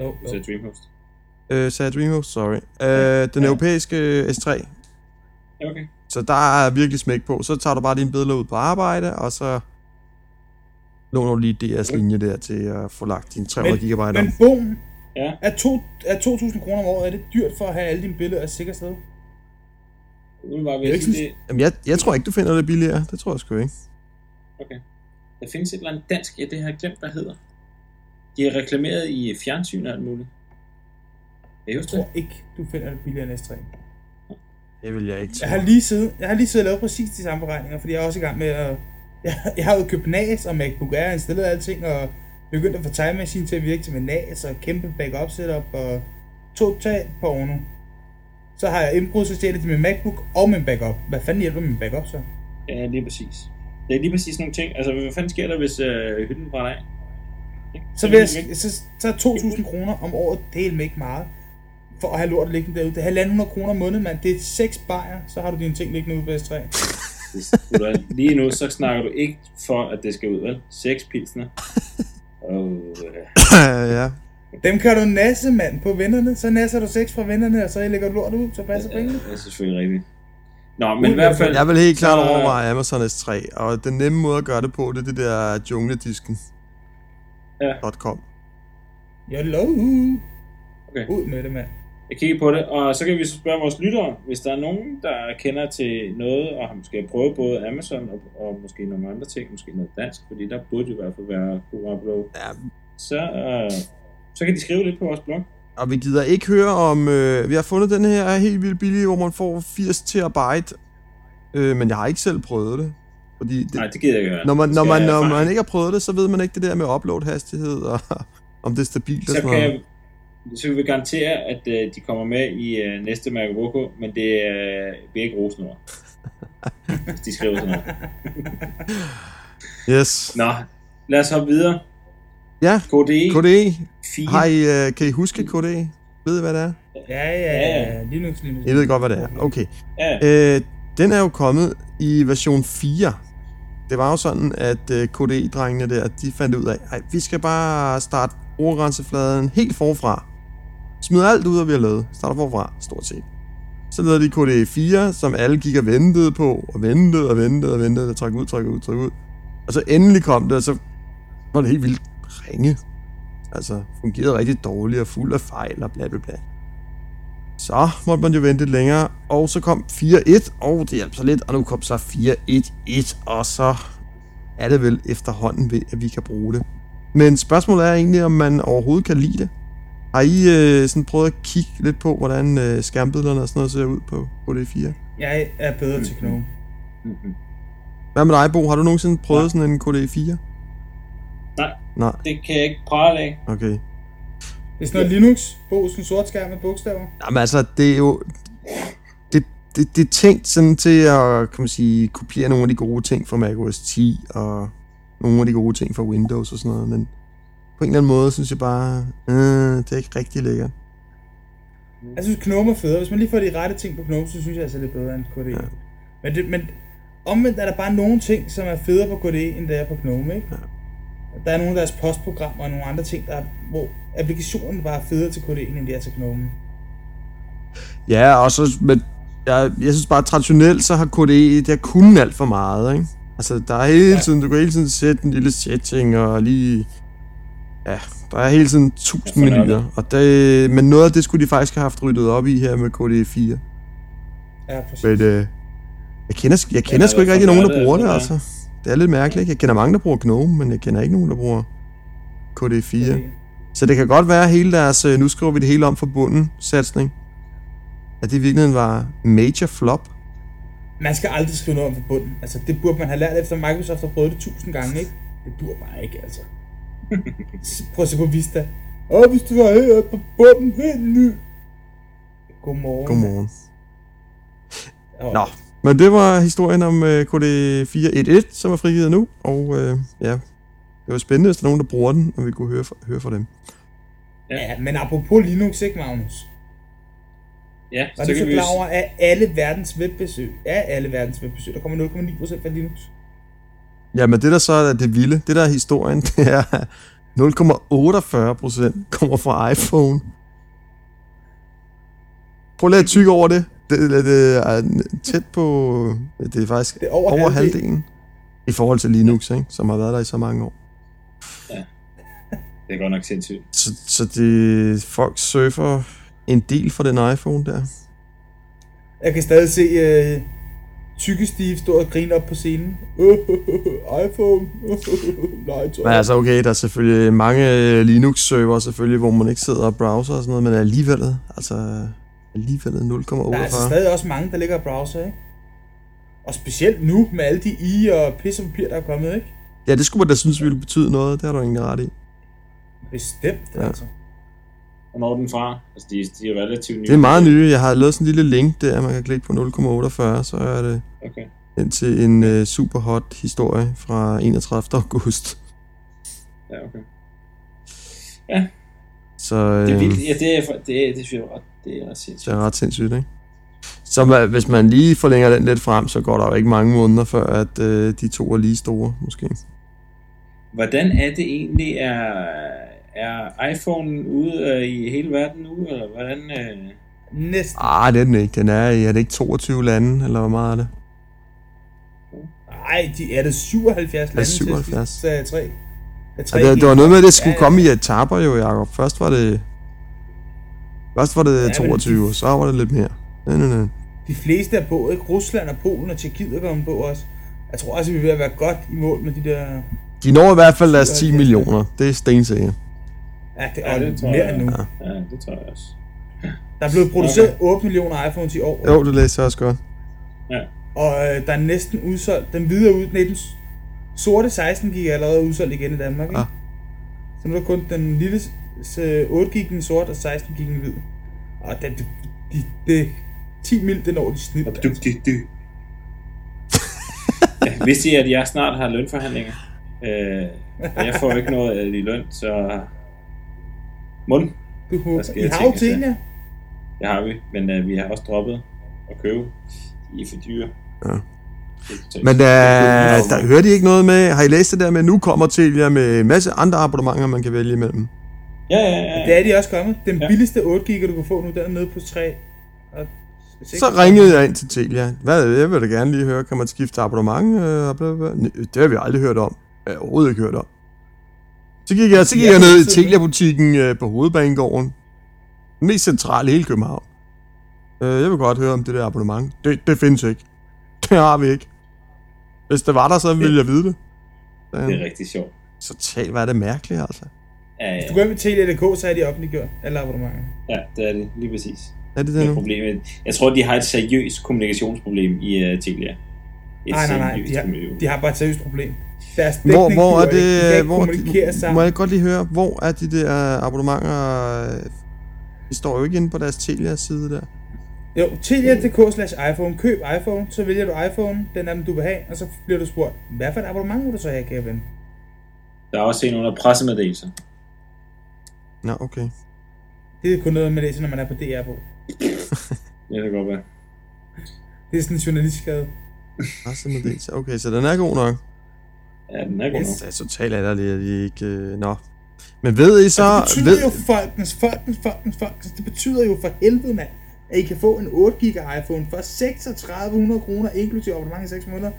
S3: Jo,
S1: Så er Dreamhost.
S2: øh, sagde Dreamhost, sorry. Øh, den
S1: Ja.
S2: europæiske øh, S3,
S1: Ja, okay.
S2: så der er virkelig smæk på. Så tager du bare dine billeder ud på arbejde, og så låner du lige DR's linje der til at få lagt dine 300 GB om.
S3: Men boom,
S1: Ja.
S3: er, to, er 2.000 kroner om året, er det dyrt for at have alle dine billeder et sikkert sted?
S1: Udenbart vil
S3: Det er
S1: jeg
S3: ikke
S1: sige, det,
S2: Jamen, jeg, jeg tror ikke, du finder det billigere. Det tror jeg sgu ikke.
S1: okay. Der findes et eller andet dansk, ja, det har jeg glemt, hvad hedder. De er reklameret i fjernsyn og alt muligt. Ja,
S3: Jeg
S1: just det.
S3: tror ikke, du finder det billigere end S3.
S2: Det vil jeg ikke
S3: Jeg har lige siddet, jeg har lige siddet og lavet præcis de samme beregninger, fordi jeg er også i gang med at... Jeg, jeg har jo købt NAS og MacBook Air, installeret alting, og begyndt at få Time Machine til at virke til med NAS, og kæmpe backup setup, og totalt på nu. Så har jeg indbrudsstjælet til min MacBook og min backup. Hvad fanden hjælper min backup så?
S1: Ja, lige præcis. Det er lige præcis nogle ting. Altså, hvad fanden sker der, hvis øh, hytten brænder af? Ikke?
S3: Så, vil jeg, så, så er 2.000 kroner om året, det er ikke meget. For at have lort liggende derude. Det er 1.500 kroner om måneden, mand. Det er 6 bajer, så har du dine ting liggende ude på S3.
S1: Det skulle da- Lige nu, så snakker du ikke for, at det skal ud, vel? Seks pilsner. Og, øh,
S2: ja, ja.
S3: Dem kan du nasse, mand, på vennerne. Så nasser du seks fra vennerne, og så lægger du lort ud, så passer pengene.
S1: Det er selvfølgelig rigtigt. Nå, men i hvert fald...
S2: Jeg vil helt klart
S1: så-
S2: overveje Amazon S3, og den nemme måde at gøre det på, det er det der jungledisken.
S1: Ja.
S2: .com.
S3: Jeg lov.
S1: Okay.
S3: Ud med det, mand.
S1: Jeg kigger på det, og så kan vi så spørge vores lyttere, hvis der er nogen, der kender til noget, og har måske prøvet både Amazon og, og måske nogle andre ting, måske noget dansk, fordi der burde jo i hvert fald være god upload.
S2: Ja,
S1: Så, øh, så kan de skrive lidt på vores blog.
S2: og vi gider ikke høre om... Øh, vi har fundet den her helt vildt billig, hvor man får 80 terabyte, øh, men jeg har ikke selv prøvet det. Fordi det,
S1: Nej, det gider jeg ikke høre.
S2: når, man,
S1: Det
S2: når,
S1: skal
S2: man,
S1: jeg
S2: når
S1: erfare.
S2: man ikke har prøvet det, så ved man ikke det der med upload-hastighed, og om det er stabilt og
S1: så
S2: sådan
S1: kan
S2: noget.
S1: jeg, så vil vi garantere, at øh, de kommer med i øh, næste Mærke Voko, men det øh, bliver ikke rosenord. Hvis de skriver sådan noget.
S2: Yes.
S1: Nå, lad os hoppe videre. E.
S2: Ja, E.
S1: KDE,
S2: KDE.
S1: 4.
S2: Har I, øh, kan I huske KDE? Ved I, hvad det er?
S3: Ja,
S1: Ja,
S3: ja,
S1: ja.
S3: ja. Linux, Linux.
S2: Jeg ved godt, hvad det er. Oh. Okay.
S1: Ja,
S2: Øh, den er jo kommet i version 4. Det var jo sådan, at øh, KDE-drengene der, de fandt ud af, at vi skal bare starte brugergrænsefladen helt forfra. Smid alt ud, hvad vi har lavet. Starter forfra, stort set. Så lavede de KDE 4, som alle gik og ventede på, og ventede og ventede og ventede, og trak ud, trak ud, trak ud. Og så endelig kom det, og så var det helt vildt ringe. Altså, fungerede rigtig dårligt og fuld af fejl og bla bla bla. Så måtte man jo vente lidt længere, og så kom 4-1, og det hjalp så lidt, og nu kom så 4-1-1, og så er det vel efterhånden ved, at vi kan bruge det. Men spørgsmålet er egentlig, om man overhovedet kan lide det. Har I øh, sådan prøvet at kigge lidt på, hvordan øh, skærmbillederne og sådan noget ser ud på E KD4?
S3: Jeg er bedre til Gnome.
S1: mhm.
S2: Hvad med dig, Bo? Har du nogensinde prøvet
S1: Nej.
S2: sådan en E KD4?
S1: Nej.
S2: Nej,
S1: det kan jeg ikke prale af.
S2: okay.
S3: Det er sådan noget Linux, Bosen, sort skærm med bogstaver.
S2: Jamen altså, det er jo... Det, det, det er tænkt sådan til at kan man sige, kopiere nogle af de gode ting fra macOS 10 og nogle af de gode ting fra Windows og sådan noget, men på en eller anden måde synes jeg bare, øh, det er ikke rigtig lækkert.
S3: Jeg synes, Gnome er federe. Hvis man lige får de rette ting på Gnome, så synes jeg altså, det er bedre end KDE. Ja. Men, det, men omvendt er der bare nogle ting, som er federe på KDE, end det er på Gnome, ikke? Ja. Der er nogle af deres postprogrammer og nogle andre ting, der er, hvor applikationen bare er federe til KDE, end de er til Gnome.
S2: Ja, og så, men jeg, jeg synes bare, traditionelt så har KDE, det har kun alt for meget, ikke? Altså, der er hele tiden, du kan hele tiden sætte en lille setting og lige... Ja, der er hele tiden tusind
S1: Ja, sådan er
S2: menuer, og det, men noget af det skulle de faktisk have haft ryddet op i her med E KDE 4.
S3: Ja, præcis.
S2: Men øh, jeg kender, sk- jeg kender
S1: er
S2: sgu ikke
S1: der
S2: rigtig
S1: for
S2: nogen, der
S1: nørdet,
S2: bruger det,
S1: eller hvad?
S2: altså. Det er lidt mærkeligt, ikke? Jeg kender mange, der bruger GNOME, men jeg kender ikke nogen, der bruger KD4.
S3: KDE.
S2: Så det kan godt være, at hele deres, øh, nu skriver vi det hele om for bunden, satsning, at det i virkeligheden var major flop.
S3: Man skal aldrig skrive noget om på bunden. Altså, det burde man have lært efter Microsoft har prøvet det tusind gange, ikke? Det dur bare ikke, altså. Prøv at se på Vista. Åh, hvis du var her på bunden, helt ny. Godmorgen.
S2: Godmorgen.
S3: Og-
S2: Nå, men det var historien om øh, KD411, som er frigivet nu, og øh, ja, det var spændende, hvis der er nogen, der bruger den, og vi kunne høre fra, høre fra dem.
S3: Ja, men apropos Linux, ikke Magnus?
S1: Ja,
S3: Var
S1: så
S3: det så
S1: kan vi
S3: klar over, at alle verdens webbesøg, af alle verdens webbesøg, der kommer 0,9% fra Linux?
S2: Ja, men det der så er det vilde, det der er historien, det er, at 0,48 procent kommer fra iPhone. Prøv lige at tykke over det. Det, det, det er tæt på, det er faktisk
S3: Det er
S2: over,
S3: over
S2: over
S3: halvdelen.
S2: halvdelen. I forhold til Linux, ikke? som har været der i så mange år.
S1: Det er godt nok sindssygt.
S2: Så, så det, folk surfer en del for den iPhone der.
S3: Jeg kan stadig se øh, tykke Steve stå og grine op på scenen. iPhone. Nej, tror
S2: Men altså okay, der er selvfølgelig mange Linux-server selvfølgelig, hvor man ikke sidder og browser og sådan noget, men alligevel, altså alligevel 0,48.
S3: Der er altså stadig også mange, der ligger og browser, ikke? Og specielt nu med alle de i og pisse papir, der er kommet, ikke?
S2: Ja, det skulle man da synes ville betyde noget. Det har du egentlig ret i.
S3: Bestemt,
S2: Ja.
S3: ja. altså.
S1: Hvornår er den fra? Altså, de, de er relativt nye.
S2: Det er meget nye. Jeg har lavet sådan en lille link der, man kan klikke på 0,48, så er det
S1: Okay.
S2: ind til en øh, super hot historie fra 31. august.
S1: Ja, okay.
S2: Øh. Så øh,
S1: Det er vildt. Ja, det er, for- det er, det synes jeg, ret- det er ret
S2: det
S1: sindssygt.
S2: er ret sindssygt, ikke? Så man, hvis man lige forlænger den lidt frem, så går der jo ikke mange måneder før, at øh, de to er lige store, måske.
S1: Hvordan er det egentlig, at er iPhone ude øh, i hele verden nu, eller hvordan? Øh?
S3: Næsten.
S2: Ah, det er den ikke. Den er, i- er det ikke 22 lande, eller hvor meget er det?
S3: Nej, de er det 77 lande
S2: 77.
S3: til sidst, øh, tre. Ja, tre
S2: Ja, det, det var noget med, at det skulle
S3: Ja, ja.
S2: komme i etaper jo, Jacob. Først var det... Først var det
S3: men-
S2: 22, og så var det lidt mere. Nej, nej, nej.
S3: De fleste er på, ikke? Rusland og Polen og Tjekkiet er kommet på også. Jeg tror også, vi er ved at være godt i mål med de der...
S2: De når i hvert fald deres 10
S3: 77.
S2: millioner. Det er stensikker.
S3: Ja, det er
S1: Ja,
S3: ja,
S1: det tror
S3: mere
S1: jeg.
S3: end nu.
S1: Ja, det tror jeg også.
S3: Der er blevet produceret 8 millioner iPhones i år,
S2: Jo, det læser jeg også godt.
S1: Ja.
S3: og øh, der er næsten udsolgt. Den videre ud, nej, den s- sorte 16 gik allerede udsolgt igen i Danmark, ikke?
S2: Ah.
S3: Så nu er der kun den lille s- s- 8 gik den sorte, og 16 gik den hvid. Og den, de, de, de, 10 mil, det når de snit.
S1: Og du, du, du. Ja, Vidste I, at jeg snart har lønforhandlinger? Øh, og jeg får ikke noget øh, i løn, så... Mund,
S3: Du håber.
S1: skal
S3: I
S1: jeg
S3: har jo
S1: tænke til.
S3: ting, ja.
S1: det har vi, men øh, vi har også droppet at købe. I er for dyre.
S2: Ja.
S1: Det-
S2: Men
S1: det-
S2: øh,
S1: det-
S2: der hørte I ikke noget med, har I læst det der med, nu kommer Telia med en masse andre abonnementer, man kan vælge imellem?
S1: Ja, ja, ja.
S3: Det er de også kommet. Den
S1: Ja.
S3: billigste 8 gig, du kan få nu, den er nede på 3. Og seks.
S2: Så ringede jeg ind til Telia. Hvad, jeg vil da gerne lige høre, kan man skifte abonnement? Øh, og bla, bla, bla. Næ, Det har vi aldrig hørt om. Jeg har overhovedet ikke hørt om. Så gik jeg, så gik
S3: Ja,
S2: jeg ned i
S3: så-
S2: Telia-butikken øh, på Hovedbanegården. Den mest centrale i hele København. Øh, jeg vil godt høre om det der abonnement. Det, det findes ikke. Det har vi ikke. Hvis det var der, så ville jeg vide det. Så,
S1: Det er rigtig sjovt.
S2: så tal, hvad er det mærkeligt, altså.
S1: Ja, ja,
S3: Hvis du går ind på Telia.dk, så er de offentliggjort alle abonnementer.
S1: ja, det er det. Lige præcis.
S2: Er det det
S1: Det er
S2: nu?
S1: problemet. Jeg tror, de har et seriøst kommunikationsproblem i uh, Telia. Et
S3: Nej, nej, nej.
S1: seriøst
S3: De har,
S1: kommunikationsproblem.
S3: de har bare et seriøst problem. Deres
S2: Hvor,
S3: dækning
S2: hvor er
S3: duer ikke.
S2: det...
S3: De kan
S2: øh,
S3: ikke
S2: Hvor,
S3: kommunikere sammen.
S2: må jeg godt lige høre, hvor er de der abonnementer... øh, De står jo ikke inde på deres Telia-side der.
S3: Jo, telia.dk slash iPhone. Køb iPhone, så vælger du iPhone, den af dem du vil have, og så bliver du spurgt, hvad for et abonnement vil du så have, kære ven?
S1: Der er også en under pressemeddelelser.
S2: Nå, okay.
S3: Det er kun noget, man læser, når man er på DR på.
S1: Ja, det kan godt være.
S3: Det er sådan en journalistskade.
S2: Pressemeddelelse. Okay, så den er god nok.
S1: Ja, den er god
S3: Yes.
S1: nok.
S2: Det er totalt ærligt, at de ikke... Øh, nå. Men ved I så...
S3: det betyder
S2: ved,
S3: jo folkens, folkens, folkens, folkens. Det betyder jo for helvede, mand, at I kan få en 8 GB iPhone for 3600 kroner, inklusive abonnement i 6 måneder.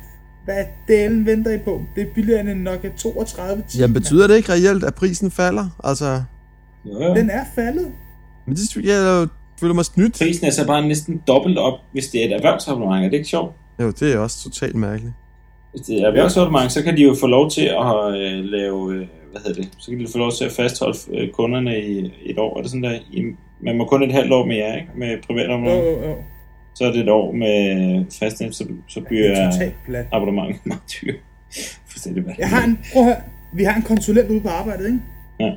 S3: Hvad delen venter I på? Det er billigere end en Nokia 3210.
S2: jamen,
S3: mand.
S2: betyder det ikke reelt, at prisen falder? Altså...
S1: Jo, jo.
S3: Den er faldet.
S2: Men det synes jeg, jeg føler mig snydt.
S1: Prisen er så bare næsten dobbelt op, hvis det er et erhvervsabonnement. Er det ikke sjovt?
S2: Jo, det er også totalt mærkeligt.
S1: Hvis det er et erhvervsabonnement, så kan de jo få lov til at øh, lave... Øh, hvad hedder det? Så kan de få lov til at fastholde øh, kunderne i et år. Er det sådan der? I, man må kun et halvt år med jer, ikke? Med
S3: Jo,
S1: privatabonnement.
S3: jo, jo.
S1: Så er det et år med fastnet, så, så
S3: Det
S1: bliver
S3: er totalt plat.
S1: abonnementet meget dyrt. Forstændig hvad?
S3: Jeg har en, prøv at høre, vi har en konsulent ude på arbejdet, ikke?
S1: Ja.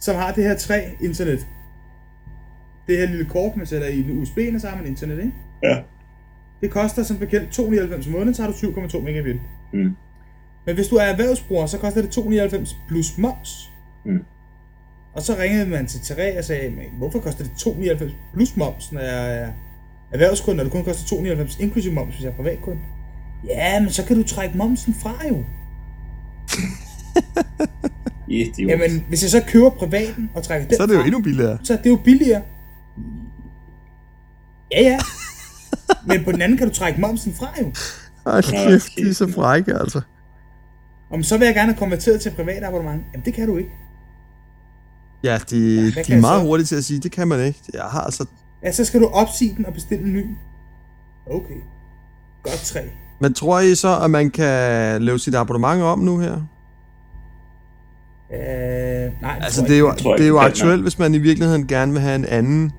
S3: Som har det her tre internet. Det her lille kort, man sætter i en USB'en, og så har man internet, ikke?
S1: Ja.
S3: Det koster som bekendt 299 om måneden, så har du 7,2 megabit.
S1: Mm.
S3: Men hvis du er erhvervsbruger, så koster det 299 plus moms.
S1: Mm.
S3: Og så ringede man til Terræ og sagde, "Men hvorfor koster det 299 plus moms, når jeg er erhvervskunde, når det kun koster 299 inklusive moms, hvis jeg er privatkunde? Ja, men så kan du trække momsen fra jo.
S1: Idiot.
S3: Jamen, hvis jeg så køber privaten og trækker den
S2: Så er det jo
S3: fra,
S2: endnu billigere.
S3: så er det jo billigere. Ja, ja. Men på den anden kan du trække momsen fra jo.
S2: Ej, kæft, de er så frække, altså.
S3: Om så vil jeg gerne have konverteret til privat abonnement. Jamen, det kan du ikke.
S2: Ja, de,
S3: hvad
S2: de
S3: kan
S2: er
S3: jeg
S2: meget
S3: så?
S2: hurtige til at sige, det kan man ikke. Jeg har altså
S3: Ja, så skal du opsige den og bestille en ny. Okay. Godt tre.
S2: Men tror I så, at man kan lave sit abonnement om nu her?
S3: Øh, nej,
S2: Altså,
S3: tror
S2: det er
S3: jeg
S2: jo,
S3: ikke.
S1: tror
S2: det er jo
S1: ikke,
S2: aktuelt, hvis man i virkeligheden gerne vil have en anden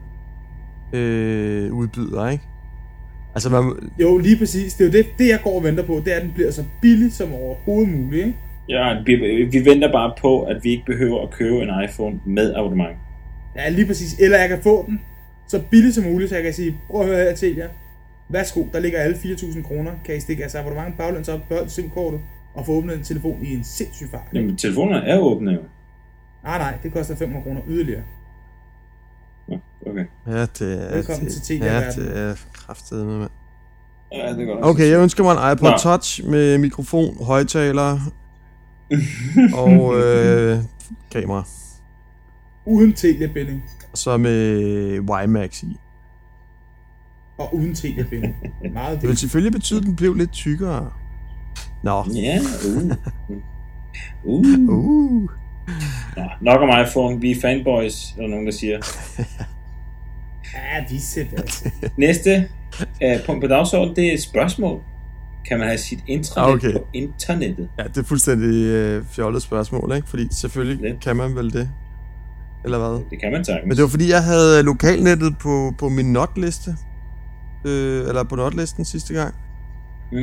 S2: øh, udbyder, ikke? Altså, man,
S3: Jo, lige præcis. Det er jo det, det, jeg går og venter på. Det er, at den bliver så billig som overhovedet muligt. Ikke?
S1: Ja, vi, vi venter bare på, at vi ikke behøver at købe en iPhone med abonnement.
S3: Ja, lige præcis. Eller jeg kan få den så billigt som muligt, så jeg kan sige, prøv at høre her til jer. Værsgo, der ligger alle 4.000 kroner. Kan I stikke jeres abonnement baglæns op, beholde SIM-kortet og få åbnet en telefon i en sindssyg fart. Nej,
S1: Jamen, telefonerne er åbne jo.
S3: nej, det koster 500 kroner yderligere.
S1: Nå, Okay.
S2: ja, det er...
S3: Velkommen til
S2: det,
S3: Telia
S2: ja,
S3: Verden.
S2: det er kraftedet med,
S1: Ja, det er godt. nok.
S2: Okay, jeg ønsker mig en iPod
S1: Nå.
S2: Touch med mikrofon, højtaler og øh, kamera.
S3: Uden Telia-binding.
S2: Så med WiMAX i.
S3: Og uden Telia-binding. Meget
S2: Det vil
S3: vigtigt.
S2: selvfølgelig betyde, at den blev lidt tykkere. Nå,
S1: Ja, uh. Uh.
S2: uh.
S1: Nå, nok om iPhone, vi er fanboys, er der nogen, der siger.
S3: Ja, de sætter altså.
S1: Næste uh, punkt på dagsordenen, det er et spørgsmål. Kan man have sit intranet
S2: Ah, Okay.
S1: okay. på internettet?
S2: Ja, det er fuldstændig øh, fjollet spørgsmål, ikke? Fordi selvfølgelig
S1: Lidt.
S2: kan man vel det. Eller hvad?
S1: Det kan man sagtens.
S2: Men det var fordi, jeg havde øh, lokalnettet på, på min notliste. Øh, eller på notlisten sidste gang.
S1: Mm.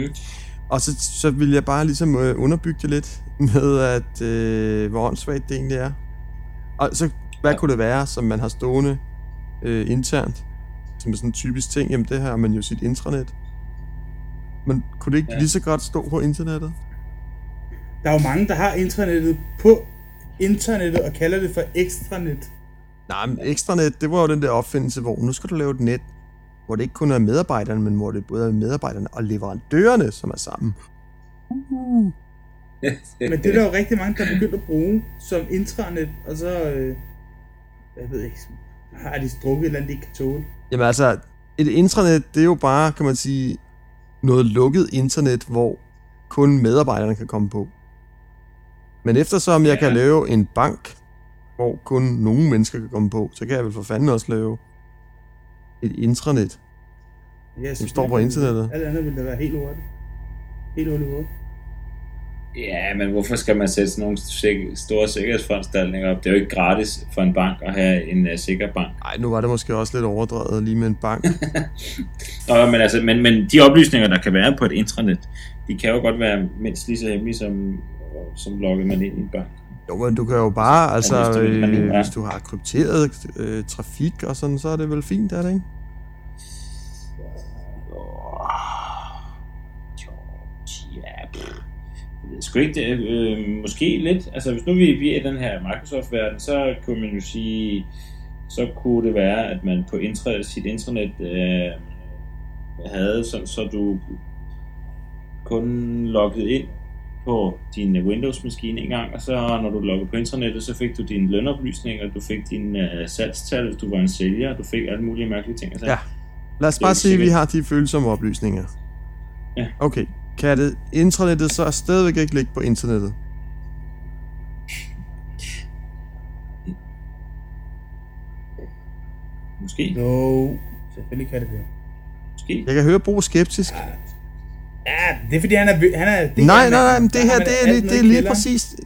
S2: Og så, så ville jeg bare ligesom øh, underbygge det lidt med, at øh, hvor åndssvagt det egentlig er. Og så, hvad
S1: Ja.
S2: kunne det være, som man har stående øh, internt? Som er sådan en typisk ting, jamen det her man jo sit intranet. Men kunne det ikke
S1: Ja.
S2: ja. lige så godt stå på internettet?
S3: Der er jo mange, der har internettet på internettet og kalder det for ekstranet.
S2: Nej, men ekstranet, det var jo den der opfindelse, hvor nu skal du lave et net, hvor det ikke kun er medarbejderne, men hvor det både er medarbejderne og leverandørerne, som er sammen.
S3: Men det er der jo rigtig mange, der er begyndt at bruge som intranet, og så, øh, jeg ved ikke, har de drukket et eller andet, de ikke kan tåle.
S2: Jamen altså, et intranet, det er jo bare, kan man sige, noget lukket internet, hvor kun medarbejderne kan komme på. Men eftersom jeg ja. kan
S1: Ja.
S2: lave en bank, hvor kun nogle mennesker kan komme på, så kan jeg vel for fanden også lave et intranet.
S3: Ja, selvfølgelig.
S2: står på internettet.
S3: Alt andet ville da være helt hurtigt. Helt hul i hovedet.
S1: Ja, men hvorfor skal man sætte sådan nogle sik- store sikkerhedsforanstaltninger op? Det er jo ikke gratis for en bank at have en uh, sikker bank.
S2: Ej, nu var det måske også lidt overdrevet lige med en bank.
S1: Nå, men, altså, men, men de oplysninger, der kan være på et intranet, de kan jo godt være mindst lige så hemmelige, som, som logger man ind i en bank.
S2: Jo, men du kan jo bare, altså,
S1: hvis du vil, man
S2: øh,
S1: mener.
S2: hvis du har krypteret øh, trafik og sådan, så er det vel fint, er det ikke?
S1: Jo, ja, pff. Jeg ved sgu ikke, det, øh, måske lidt. Altså, hvis nu vi, vi er i den her Microsoft-verden, så kunne man jo sige, så kunne det være, at man på intra, sit intranet øh, havde, sådan, så du kun loggede ind på din øh, Windows-maskine en gang, og så når du loggede på internettet, så fik du dine lønoplysninger, du fik dine øh, salgstal, hvis du var en sælger, du fik alle mulige mærkelige ting. Altså,
S2: Ja. Lad os
S1: Det er
S2: bare
S1: ikke
S2: sige, at vi
S1: sikkert.
S2: har de følsomme oplysninger.
S1: Ja.
S2: Okay, kan det internettet så stadigvæk ikke ligge på internettet?
S1: Måske,
S3: Jo, selvfølgelig kan det det.
S1: måske.
S2: Jeg kan høre Bo er skeptisk.
S3: Ja, det er fordi, han er... vø- Han er det
S2: Nej,
S3: han
S2: nej, nej, men
S3: der
S2: det her,
S3: har man
S2: det er,
S3: alt
S2: lige-
S3: nede
S2: det er
S3: i
S2: lige
S3: kælderen.
S2: præcis...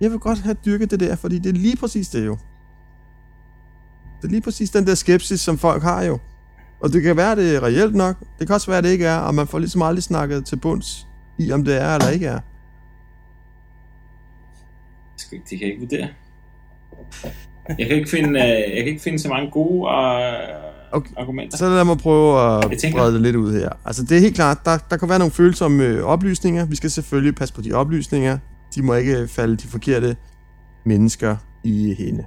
S2: Jeg vil godt have dyrket det der, fordi det er lige præcis det jo. Det er lige præcis den der skepsis, som folk har jo. Og det kan være, det er reelt nok. Det kan også være, det ikke er, og man får ligesom aldrig snakket til bunds i, om det er eller ikke er.
S1: Det skal- Det kan jeg ikke vurdere. Jeg kan ikke finde, øh, jeg kan ikke finde så mange gode uh,
S2: Okay.
S1: okay. argumenter.
S2: Så lad mig prøve at
S1: Jeg tænker-
S2: brede det lidt ud her. Altså det er helt klart, der, der kan være nogle følsomme øh, oplysninger. Vi skal selvfølgelig passe på de oplysninger. De må ikke øh, falde de forkerte mennesker i hende.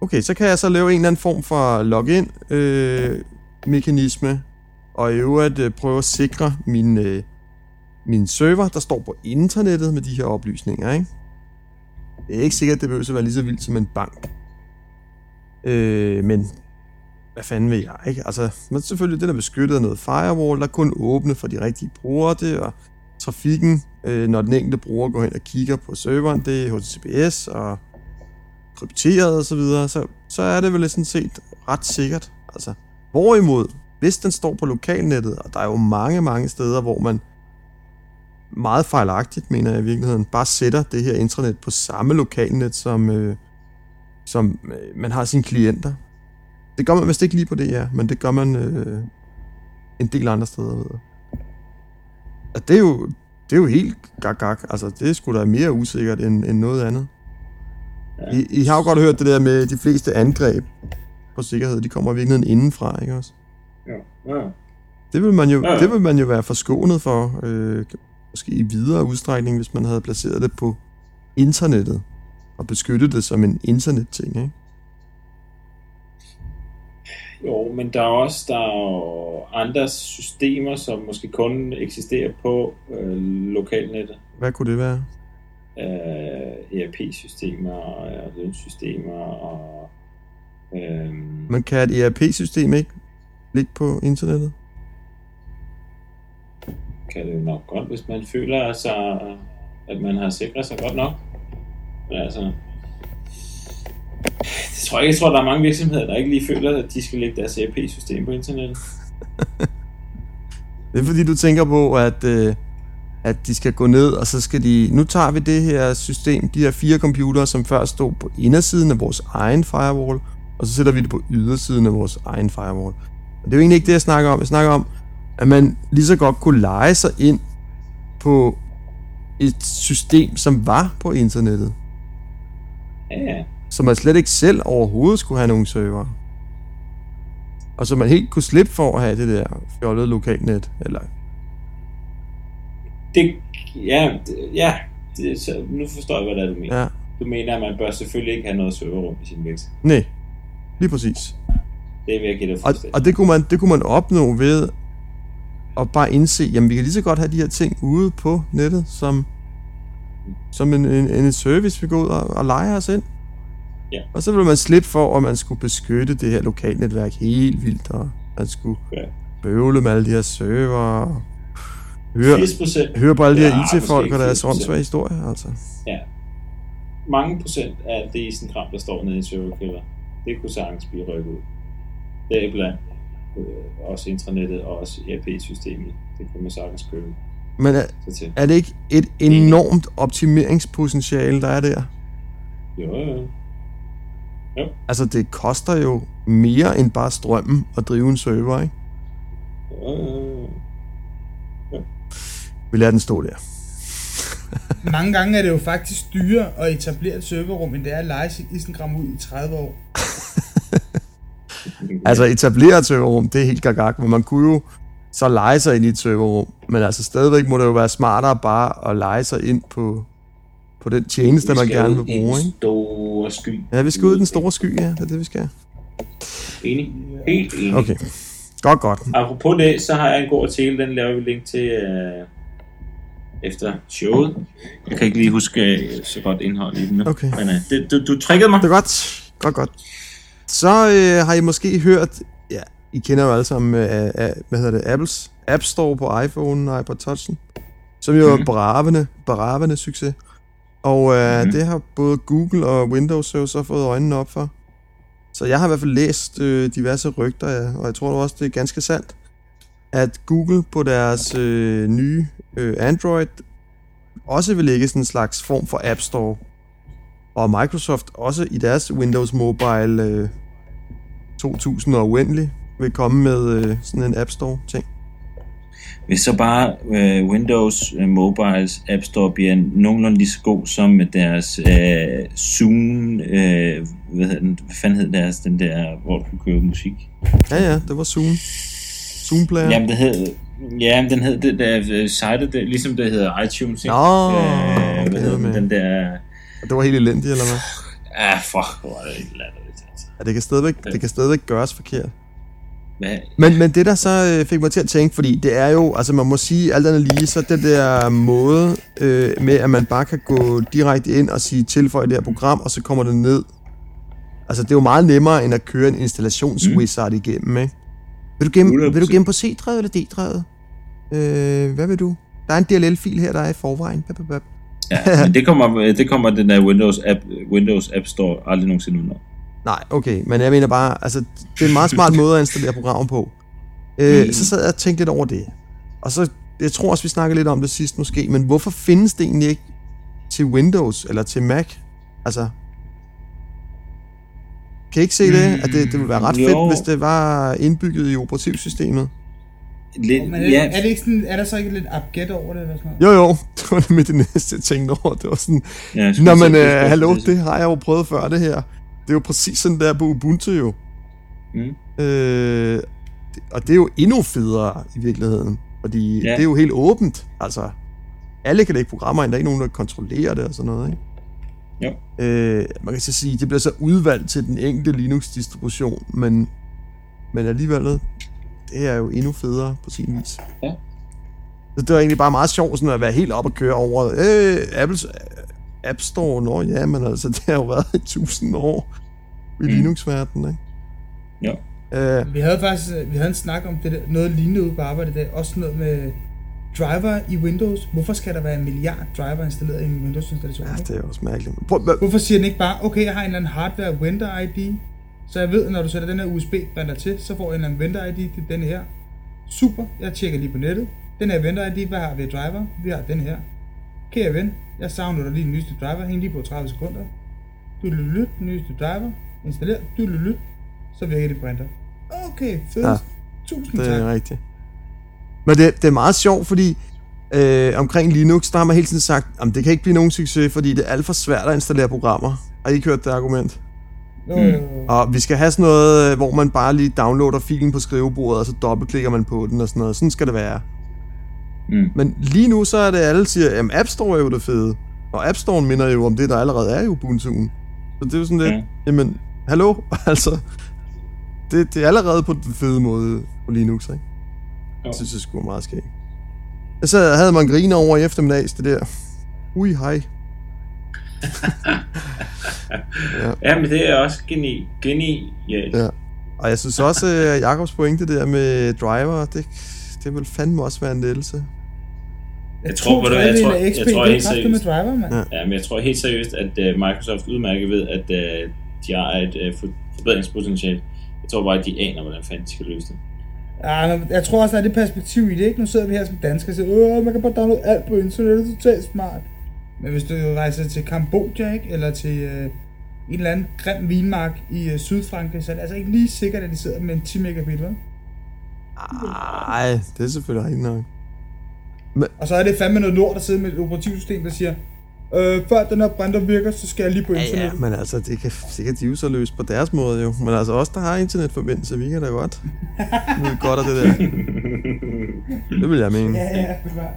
S2: Okay, så kan jeg så lave en eller anden form for login-mekanisme. og i øvrigt øh, prøve at sikre min, øh, min server, der står på internettet med de her oplysninger. Ikke? Det er ikke sikkert, at det behøver at være lige så vildt som en bank. Øh, men hvad fanden ved jeg, ikke? Altså, men selvfølgelig, den er beskyttet af noget firewall, der er kun åbne for de rigtige brugere, det, og trafikken, øh, når den enkelte bruger går hen og kigger på serveren, det er HTTPS og krypteret og så videre, så, så er det vel sådan set ret sikkert. Altså, hvorimod, hvis den står på lokalnettet, og der er jo mange, mange steder, hvor man meget fejlagtigt, mener jeg i virkeligheden, bare sætter det her intranet på samme lokalnet, som, øh, som øh, man har sine klienter. Det gør man vist ikke lige på DR, men det gør man øh, en del andre steder. Ved jeg. Og det er jo, det er jo helt gak, gak. Altså, det er sgu da mere usikkert end, end noget andet.
S1: Ja.
S2: I, I har jo godt hørt det der med de fleste angreb på sikkerhed, de kommer i virkeligheden indenfra, ikke også?
S1: Ja. Ja.
S2: Det vil man jo,
S1: Ja, ja.
S2: det vil man jo være forskånet for, øh, måske i videre udstrækning, hvis man havde placeret det på internettet og beskyttet det som en internetting, ikke?
S1: Jo, men der er også der er jo andre systemer, som måske kun eksisterer på øh, lokalnettet.
S2: Hvad kunne det være?
S1: øh, ERP-systemer og, og lønsystemer og øh,
S2: Man kan et ERP-system ikke ligge på internettet?
S1: kan det jo nok godt, hvis man føler sig, at man har sikret sig godt nok. Men altså, det tror jeg, jeg tror, der er mange virksomheder, der ikke lige føler, at de skal lægge deres ERP-system på internettet.
S2: Det er fordi, du tænker på, at, øh, at de skal gå ned, og så skal de... Nu tager vi det her system, de her fire computere, som før stod på indersiden af vores egen firewall, og så sætter vi det på ydersiden af vores egen firewall. Og det er jo egentlig ikke det, jeg snakker om. Jeg snakker om, at man lige så godt kunne lege sig ind på et system, som var på internettet,
S1: Ja, ja.
S2: som man slet ikke selv overhovedet skulle have nogen server. Og som man helt kunne slippe for at have det der fjollede lokalnet, eller
S1: Det, ja, det, ja det, så, nu forstår jeg, hvad det er, du mener. Ja.
S2: ja,
S1: Du mener, at man bør selvfølgelig ikke have noget serverrum i sin virksomhed.
S2: nej, lige præcis.
S1: Det vil jeg give dig
S2: Og,
S1: fuldstændig.
S2: og det, kunne man, det kunne man opnå ved at bare indse, jamen vi kan lige så godt have de her ting ude på nettet, som, som en, en, en service, vi går ud og, og leger os ind.
S1: Ja.
S2: Og så ville man slippe for, at man skulle beskytte det her lokalnetværk helt vildt, og man skulle
S1: Ja.
S2: bøvle med alle de her server, og høre,
S1: 80 procent,
S2: høre på alle de
S1: Ja,
S2: her
S1: måske
S2: IT-folk og
S1: ikke
S2: deres
S1: 80%.
S2: åndssvage historier, altså.
S1: mange procent af alt det isenkram, der står nede i serverkælder, det kunne sagtens blive rykket ud. Det er blandt øh, også intranettet og også ERP-systemet. Det kunne man sagtens købe
S2: Men er,
S1: sig til.
S2: er det ikke et enormt optimeringspotentiale, der er der?
S1: Jo, jo.
S2: Altså, det koster jo mere end bare strømmen at drive en server, ikke?
S1: jo, jo.
S2: Vi lader den stå der.
S3: Mange gange er det jo faktisk dyrere at etablere et serverrum, end det er at lege sit Instagram ud i 30 år.
S2: Altså, etablere et serverrum, det er helt gagak, men man kunne jo så lege sig ind i et serverrum. Men altså, stadigvæk må det jo være smartere bare at lege sig ind på, på den tjeneste, man gerne vil bruge,
S1: en
S2: ikke?
S1: store sky.
S2: Ja, vi skal ud i den store sky, ja. Det er det, vi skal.
S1: Enig. Helt enig. Okay.
S2: Okay. Godt, godt.
S1: Apropos det, så har jeg en god artikel, den laver vi link til øh, efter showet. Jeg kan ikke lige huske øh, så godt indhold i den nu.
S2: Okay.
S1: Men øh, det, du, du triggede mig.
S2: Det er godt. Godt, godt. Så øh, har I måske hørt, ja, I kender jo alle sammen, øh, øh, hvad hedder det, Apples App Store på iPhone og iPod Touch'en, som jo er
S1: Mhm.
S2: bravende, bravende succes. Og øh,
S1: Mhm.
S2: det har både Google og Windows jo så fået øjnene op for. Så jeg har i hvert fald læst øh, diverse rygter, ja, og jeg tror også, det er ganske sandt, at Google på deres øh, nye øh, Android også vil lægge sådan en slags form for App Store. Og Microsoft også i deres Windows Mobile øh, 2000 og uendelig vil komme med øh, sådan en App Store-ting.
S1: Hvis så bare øh, Windows øh, Mobiles App Store bliver nogenlunde lige så god som med deres øh, Zoom, øh, hvad, hedder den, hvad fanden hed deres, den der, hvor du kunne købe musik?
S2: Ja, ja, det var Zoom. Zoom Player.
S1: Ja. Jamen, det hed, ja, men den hed det der øh, site, det, ligesom det hedder iTunes, ikke?
S2: Nå,
S1: øh, hvad
S2: okay,
S1: hedder den,
S2: men-
S1: den der,
S2: Og det var helt elendigt, eller hvad?
S1: ah, fuck, hvor er det latterligt, altså.
S2: Ja, det kan stadigvæk, det kan stadigvæk gøres forkert.
S1: Hvad?
S2: Men, men det der så øh, fik mig til at tænke, fordi det er jo, altså man må sige alt andet lige, så den der måde øh, med, at man bare kan gå direkte ind og sige tilføj det her program, og så kommer det ned. Altså det er jo meget nemmere end at køre en installationswizard mm. igennem, ikke? Vil du gemme, vil du
S1: 100%.
S2: gemme på C-drevet eller D-drevet? Øh, hvad vil du? Der er en DLL-fil her, der er i forvejen. Bap, bap, bap.
S1: Ja, men det kommer, øh, det kommer den der Windows App, Windows App Store aldrig nogensinde udenom.
S2: Nej, okay, men jeg mener bare, altså, det er en meget smart måde at installere programmer på. Øh,
S1: Mm.
S2: så sad jeg og tænkte lidt over det. Og så, jeg tror også, vi snakkede lidt om det sidst måske, men hvorfor findes det egentlig ikke til Windows eller til Mac? Altså, kan I ikke se det? At det, det ville være ret
S1: Mm, Jo.
S2: fedt, hvis det var indbygget i operativsystemet.
S1: Lidt,
S3: Men er,
S1: ja,
S3: det, er, det ikke sådan, er der så ikke lidt abgæt over det? Eller sådan noget?
S2: Jo, jo, det var nemlig det næste, jeg tænkte over. Det var sådan,
S1: ja, jeg skulle
S2: Nå,
S1: til at
S2: men
S1: sige,
S2: øh, hallo,
S1: skulle-
S2: det har jeg jo prøvet før, det her. Det er jo præcis sådan der på Ubuntu jo.
S1: Mm.
S2: Øh, det- og det er jo endnu federe i virkeligheden, fordi
S1: Ja.
S2: det er jo helt åbent. Altså, alle kan lægge programmer ind, der er ikke nogen, der kontrollerer det og sådan noget, ikke?
S1: Jo.
S2: Øh, man kan så sige, det bliver så udvalgt til den enkelte Linux-distribution, men, men alligevel, det er jo endnu federe på sin vis.
S1: Ja.
S2: Så det var egentlig bare meget sjovt sådan at være helt op og køre over, øh, Apples App Store. Nå ja, men altså, det har jo været i tusind år i
S1: Mm.
S2: mm. Linux-verdenen, ikke?
S1: Jo.
S2: Øh,
S3: Vi havde faktisk øh, vi havde en snak om det der, noget lignende ude på arbejde i dag. Også noget med driver i Windows. Hvorfor skal der være en milliard driver installeret i en Windows-installation?
S2: ja,
S3: ikke?
S2: det er også mærkeligt. Men Prøv, hvad,
S3: Hvorfor siger den ikke bare, okay, jeg har en eller anden hardware vendor ID, så jeg ved, at når du sætter den her USB-brænder til, så får jeg en eller anden vendor ID, det er denne her. Super, jeg tjekker lige på nettet. Den her vendor ID, hvad har vi af driver? Vi har den her. Kære ven, jeg savner dig lige den nyeste driver, hæng lige på 30 sekunder. Du lyt, den nyeste driver, installer, du lyt, så virker det printer. Okay, fedt. Ja,
S2: Ja,
S3: Tusind
S2: det er
S3: tak.
S2: rigtigt. Men det, det er meget sjovt, fordi øh, omkring Linux, der har man hele tiden sagt, at det kan ikke blive nogen succes, fordi det er alt for svært at installere programmer. Har I ikke hørt det argument?
S1: Mm.
S3: Jo, jo, jo.
S2: Og vi skal have sådan noget, øh, hvor man bare lige downloader filen på skrivebordet, og så dobbeltklikker man på den og sådan noget. Sådan skal det være.
S1: Mm.
S2: Men lige nu, så er det alle siger, at App Store er jo det fede. Og App Store minder jo om det, der allerede er i Ubuntu'en. Så det er jo sådan lidt,
S1: Ja.
S2: ja. jamen, hallo? altså, det, det er allerede på den fede måde på Linux, ikke?
S1: Jo.
S2: Jeg synes, det skulle meget skægt. Jeg sad, havde man griner over i eftermiddags, det der. Ui, hej.
S1: Ja, men det er også geni. Geni, ja.
S2: Ja. Og jeg synes også, at Jacobs pointe der med driver, det, det vil fandme også være en lettelse.
S1: Jeg tror, ved du hvad, jeg tror- jeg tror helt
S3: helt med
S1: seriøst-
S3: driver, mand.
S2: Ja.
S1: ja men jeg tror helt seriøst, at øh, Microsoft udmærket ved, at øh, de har et øh, for- forbedringspotentiale. Jeg tror bare, at de aner, hvordan fanden de skal løse det.
S3: Ja, men jeg tror også, der er det perspektiv i det, ikke? Nu sidder vi her som danskere og siger, Åh, man kan bare downloade alt på internettet, det er totalt smart. Men hvis du rejser til Kambodja, ikke? Eller til øh, en eller anden grim vinmark i øh, Sydfrankrig, så er det altså ikke lige sikkert, at de sidder med en 10 megabit, vel?
S2: Ej, det er selvfølgelig ikke nok.
S3: Og så er det fandme noget lort, der sidder med et operativsystem, der siger, øh, før den her brænder virker, så skal jeg lige på
S2: Ja, ja,
S3: internettet.
S2: men altså, det kan, det kan de jo så løse på deres måde jo. Men altså, os, der har internetforbindelse, vi kan da godt. Vi ved godt af det der. Det vil jeg mene.
S3: Ja, ja, bevar.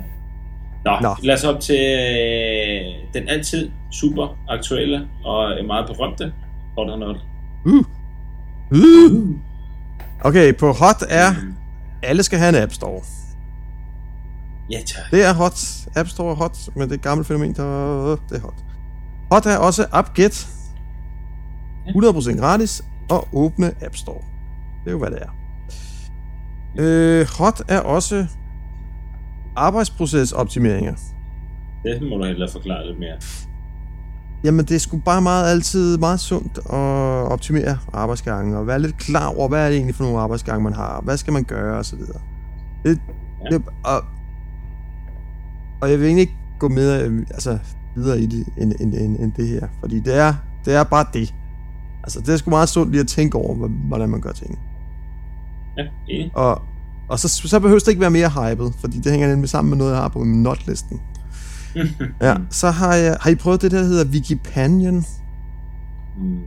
S1: Nå, Nå.
S2: Nå.
S1: lad os op til øh, den altid super aktuelle og øh, meget berømte Hot or Not.
S2: Uh. Uh. Okay, på hot er, alle skal have en App Store.
S1: Ja, tak.
S2: Det er hot. App Store er hot, men det er et gammelt fænomen, der det er hot. Hot er også AppGet. 100% gratis og åbne App Store. Det er jo, hvad det er. Øh, hot er også arbejdsprocesoptimeringer.
S1: Det må du hellere forklare lidt mere.
S2: Jamen, det er sgu bare meget altid meget sundt at optimere arbejdsgangen, og være lidt klar over, hvad er det egentlig for nogle arbejdsgange, man har, hvad skal man gøre, og så videre. Det,
S1: Ja.
S2: ja. det, og, og jeg vil egentlig ikke gå med øh, altså, videre i det, end, end, end, end det her, fordi det er, det er bare det. Altså, det er sgu meget sundt lige at tænke over, hva- hvordan man gør ting.
S1: Ja, enig.
S2: Og, og så, så behøver det ikke være mere hypet, fordi det hænger nemlig sammen med noget, jeg har på min notlisten. ja, så har jeg, har I prøvet det der, der hedder Wikipanion?
S1: Mm,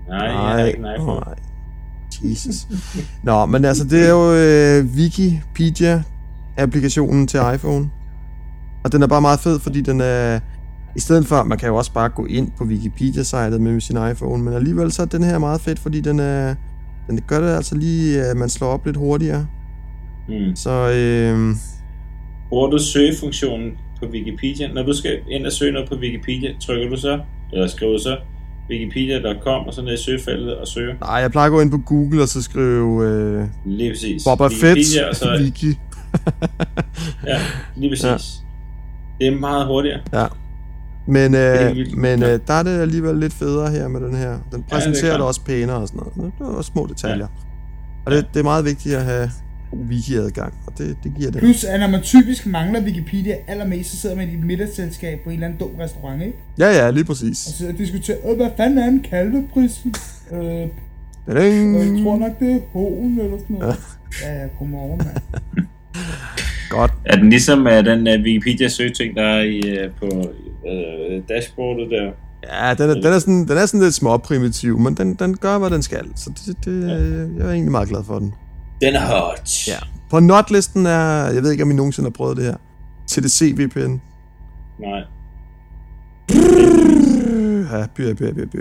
S1: nej, nej, jeg er ikke nej for.
S2: nej. Jesus. Nå, men altså, det er jo øh, Wikipedia-applikationen til iPhone. Og den er bare meget fed, fordi den er... I stedet for, man kan jo også bare gå ind på Wikipedia-sitet med sin iPhone, men alligevel så er den her meget fed, fordi den er... Den gør det altså lige, at man slår op lidt hurtigere.
S1: Mm.
S2: Så øh,
S1: Bruger du søgefunktionen på Wikipedia? Når du skal ind og søge noget på Wikipedia, trykker du så, eller skriver du så wikipedia.com, og så ned i søgefeltet og søger.
S2: nej, jeg plejer at gå ind på Google og så skrive øh,
S1: Lige præcis.
S2: Boba
S1: Wikipedia,
S2: Fett,
S1: og så,
S2: Wiki.
S1: ja, lige præcis. Ja. Det er meget hurtigere.
S2: Ja. Men,
S1: er
S2: øh,
S1: vildt.
S2: men
S1: Ja.
S2: øh, der er det alligevel lidt federe her med den her. Den præsenterer ja,
S1: klart.
S2: det, også pænere og sådan noget. Det er også små detaljer. Og det, det er meget vigtigt at have god wiki-adgang, og det, det giver det.
S3: Plus, at når man typisk mangler Wikipedia allermest, så sidder man i et middagsselskab på en eller anden dum restaurant, ikke?
S2: Ja, ja, lige
S3: Og
S2: præcis.
S3: sidder og diskuterer, øh, hvad fanden er en kalvepris? øh,
S2: Tadang!
S3: Jeg tror nok, det er hoen eller sådan noget. Ja, ja, godmorgen, mand.
S2: Godt.
S1: Er den ligesom uh, den uh, Wikipedia-søgeting, der er i, uh, på uh, dashboardet der?
S2: Ja, den er, den er, sådan, den er sådan lidt småprimitiv, men den, den gør, hvad den skal. Så det, det, øh, jeg er egentlig meget glad for den.
S1: Den er hot.
S2: Ja. På notlisten er... Jeg ved ikke, om I nogensinde har prøvet det her. TDC VPN.
S1: Nej.
S2: Ja, by, by, by, by.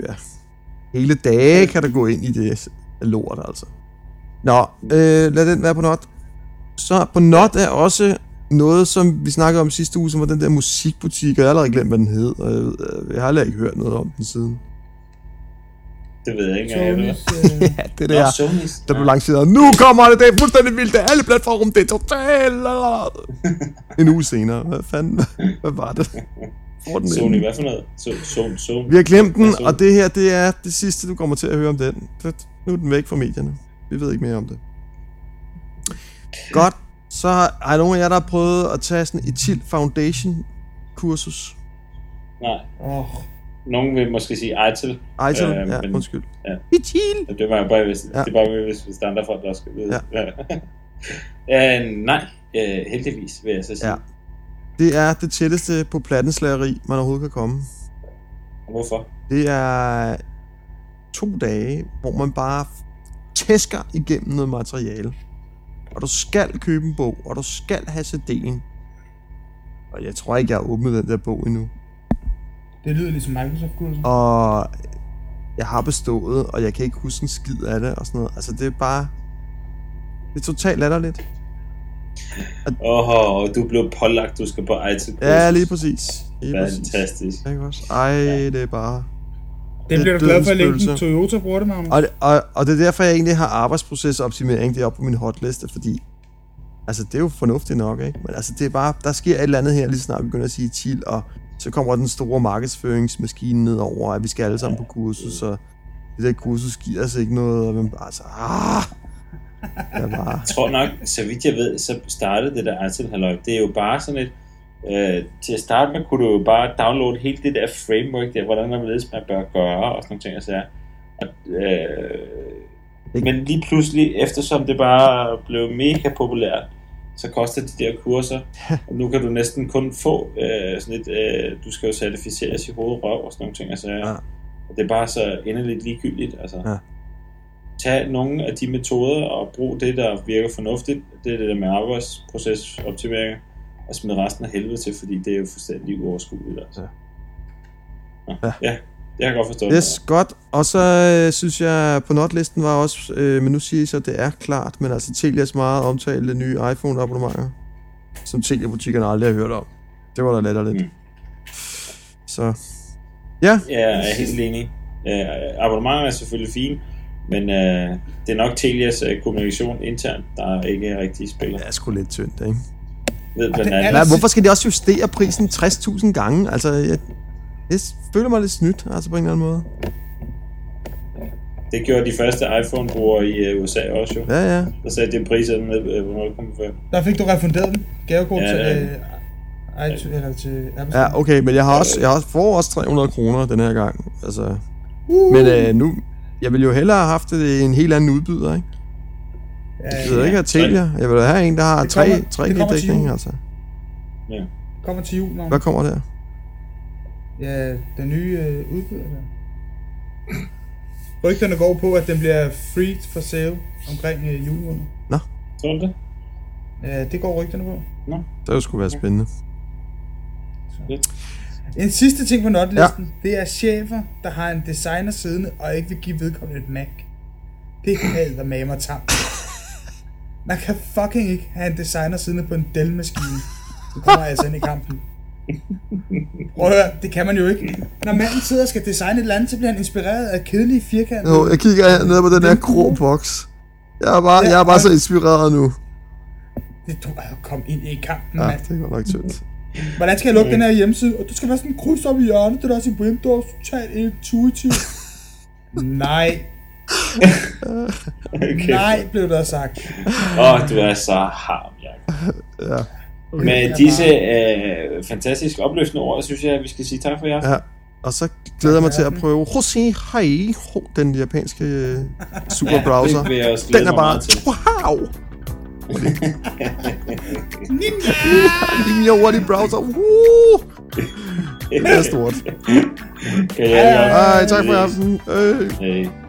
S2: Hele dage kan der gå ind i det lort, altså. Nå, øh, lad den være på not. Så på not er også noget, som vi snakkede om sidste uge, som var den der musikbutik, og jeg har allerede glemt, hvad den hed, og jeg, ved- øh, jeg har heller ikke hørt noget om den siden.
S1: Det ved jeg ikke engang, hvad det
S3: Sony's, øh,
S2: Ja, det der,
S1: Nå, Sony's.
S2: der blev lanceret, nu kommer det, det er fuldstændig vildt, det er alle platforme, det er totalt. En uge senere, hvad fanden, hvad var det? Hvor er den
S1: Sony,
S2: henne?
S1: hvad for noget? So, so, so.
S2: Vi har glemt den,
S1: Hvad så?
S2: og det her, det er det sidste, du kommer til at høre om den. Det- Nu er den væk fra medierne. Vi ved ikke mere om det. Godt. Så har har nogen af jer, der har prøvet at tage sådan et Til Foundation kursus.
S1: Nej,
S3: øh, Åh,
S1: nogen vil måske sige Eitel.
S2: Ej, til
S1: Øh,
S2: ja,
S1: men-
S2: undskyld.
S1: ja.
S2: Itil!
S1: Det var jo bare, hvis,
S2: Ja.
S1: ja. det er bare, hvis, hvis der er andre folk, der skal vide. Ja. øh, nej, øh, heldigvis, vil jeg så sige.
S2: Ja.
S1: Ja.
S2: Det er det tætteste på plattenslageri, man overhovedet kan komme.
S1: Hvorfor?
S2: Det er to dage, hvor man bare tæsker igennem noget materiale. Og du skal købe en bog, og du skal have CD'en. Og jeg tror ikke, jeg har åbnet den der bog endnu.
S3: det lyder ligesom Microsoft-kursen.
S2: Og jeg har bestået, og jeg kan ikke huske en skid af det og sådan noget. Altså, det er bare... Det er totalt latterligt.
S1: Åh, oh, du blev pålagt, du skal på Eitel.
S2: Ja, lige præcis. Lige præcis.
S1: Fantastisk.
S2: Ikke også? Ej, det er bare...
S3: Det bliver du
S2: dødens
S3: glad for at lægge den
S2: spøgelser.
S3: Toyota bruger det, Magnus.
S2: Og, og, og det er derfor, jeg egentlig har arbejdsprocessoptimering det er oppe på min hotliste, fordi altså, det er jo fornuftigt nok, ikke? Men altså, det er bare, der sker et eller andet her, lige så snart vi begynder at sige til, og så kommer den store markedsføringsmaskine ned over, at vi skal alle sammen på kursus, og det der kursus giver os ikke noget, og man bare altså, ah, jeg bare,
S1: Jeg tror nok, så vidt jeg ved, så startede det der Artil Halløj. Det er jo bare sådan et... Øh, til at starte med kunne du jo bare downloade hele det der framework der, hvordan man ledes, man bør gøre og sådan nogle ting og sager. Og, øh,
S2: Ikke?
S1: men lige pludselig, eftersom det bare blev mega populært, så koster de der kurser, og nu kan du næsten kun få øh, sådan et, øh, du skal jo certificeres i hoved, røv og sådan nogle ting og sager.
S2: Ja.
S1: Ja. Og det er bare så endeligt ligegyldigt, altså
S2: Ja.
S1: tag nogle af de metoder og brug det, der virker fornuftigt. Det er det der med arbejdsprocesoptimering. Og smid resten af helvede til, fordi det er jo fuldstændig uoverskueligt. Altså. Ja. Ja. ja, det har jeg godt forstået.
S2: Yes, godt. Og så øh, synes jeg, på notlisten var også, øh, men nu siger I så, at det er klart, men altså Telias meget omtalte nye iPhone-abonnementer, som Telia-butikkerne aldrig har hørt om. Det var da latterligt. Mm.
S1: Mm.
S2: Så
S1: Ja, jeg er helt enig. Øh, abonnementer er selvfølgelig fint, men øh, det er nok Telias øh, kommunikation internt, der ikke rigtig spiller.
S2: det er sgu lidt tyndt, ikke?
S1: Ved blandt
S3: det er
S1: andet,
S2: Hvad, hvorfor skal de også justere prisen 60.000 gange? Altså, jeg, jeg føler mig lidt snydt, altså på en eller anden måde.
S1: det gjorde de første iPhone-brugere i øh, USA også jo.
S2: Ja, ja.
S1: Der sagde det priser ned øh, på 0,5.
S3: Der fik du refunderet den. Gavekort
S1: Ja,
S3: til,
S1: ja.
S3: øh, iTunes, eller til Apple Store.
S2: Ja, okay, men jeg har også, jeg har også- får også 300 kroner den her gang. Altså, men øh, nu, jeg ville jo hellere have haft det i en helt anden udbyder, ikke? Jeg
S3: Ja,
S2: vil
S1: Ja,
S2: ikke have
S1: tre.
S2: Telia. Jeg vil da have en, der har
S3: Det
S2: tre,
S3: kommer-
S2: tre
S3: det kommer til
S2: dækning,
S3: jul.
S2: altså.
S1: Ja.
S3: kommer til jul, Magnus.
S2: Hvad kommer der?
S3: Ja, den nye øh, udbyder der. Rygterne går på, at den bliver free for sale omkring øh, julemåned.
S1: Tror du det?
S3: Ja, det går rygterne på.
S2: Det skulle være spændende.
S3: En sidste ting på notlisten, ja. det er chefer, der har en designer siddende og ikke vil give vedkommende et Mac. Det hader med mig tam. Man kan fucking ikke have en designer siddende på en Dell-maskine. Du kommer altså ind i kampen. Prøv at høre, det kan man jo ikke. Når manden sidder og skal designe et eller andet, så bliver han inspireret af kedelige firkanter.
S2: Jo, jeg kigger ned på den her grå boks. Jeg er bare, jeg er bare så inspireret nu.
S3: Det, du er kom ind i kampen,
S2: Ja,
S3: ja. mand.
S2: det er godt nok tyndt.
S3: Hvordan skal jeg lukke den her hjemmeside? Og du skal være sådan en kryds op i hjørnet, det der er sin brim, du er totalt intuitivt. Nej,
S1: Okay.
S3: nej, blev der sagt.
S1: Åh, oh, du er så harm, Jacob.
S2: Ja.
S1: Med disse øh, fantastisk opløftende ord, synes jeg, at vi skal sige tak for jer.
S2: ja. Og så glæder jeg mig til at prøve Hosei Hai, Ho, den japanske øh, superbrowser.
S1: det vil jeg også
S2: Den
S1: glæde
S2: er
S1: mig
S2: bare,
S1: meget til.
S2: wow! Ninja hurtig browser, woo! Det er stort.
S1: Kan jeg
S2: Ej, tak for i aften. Øh.
S1: Hey.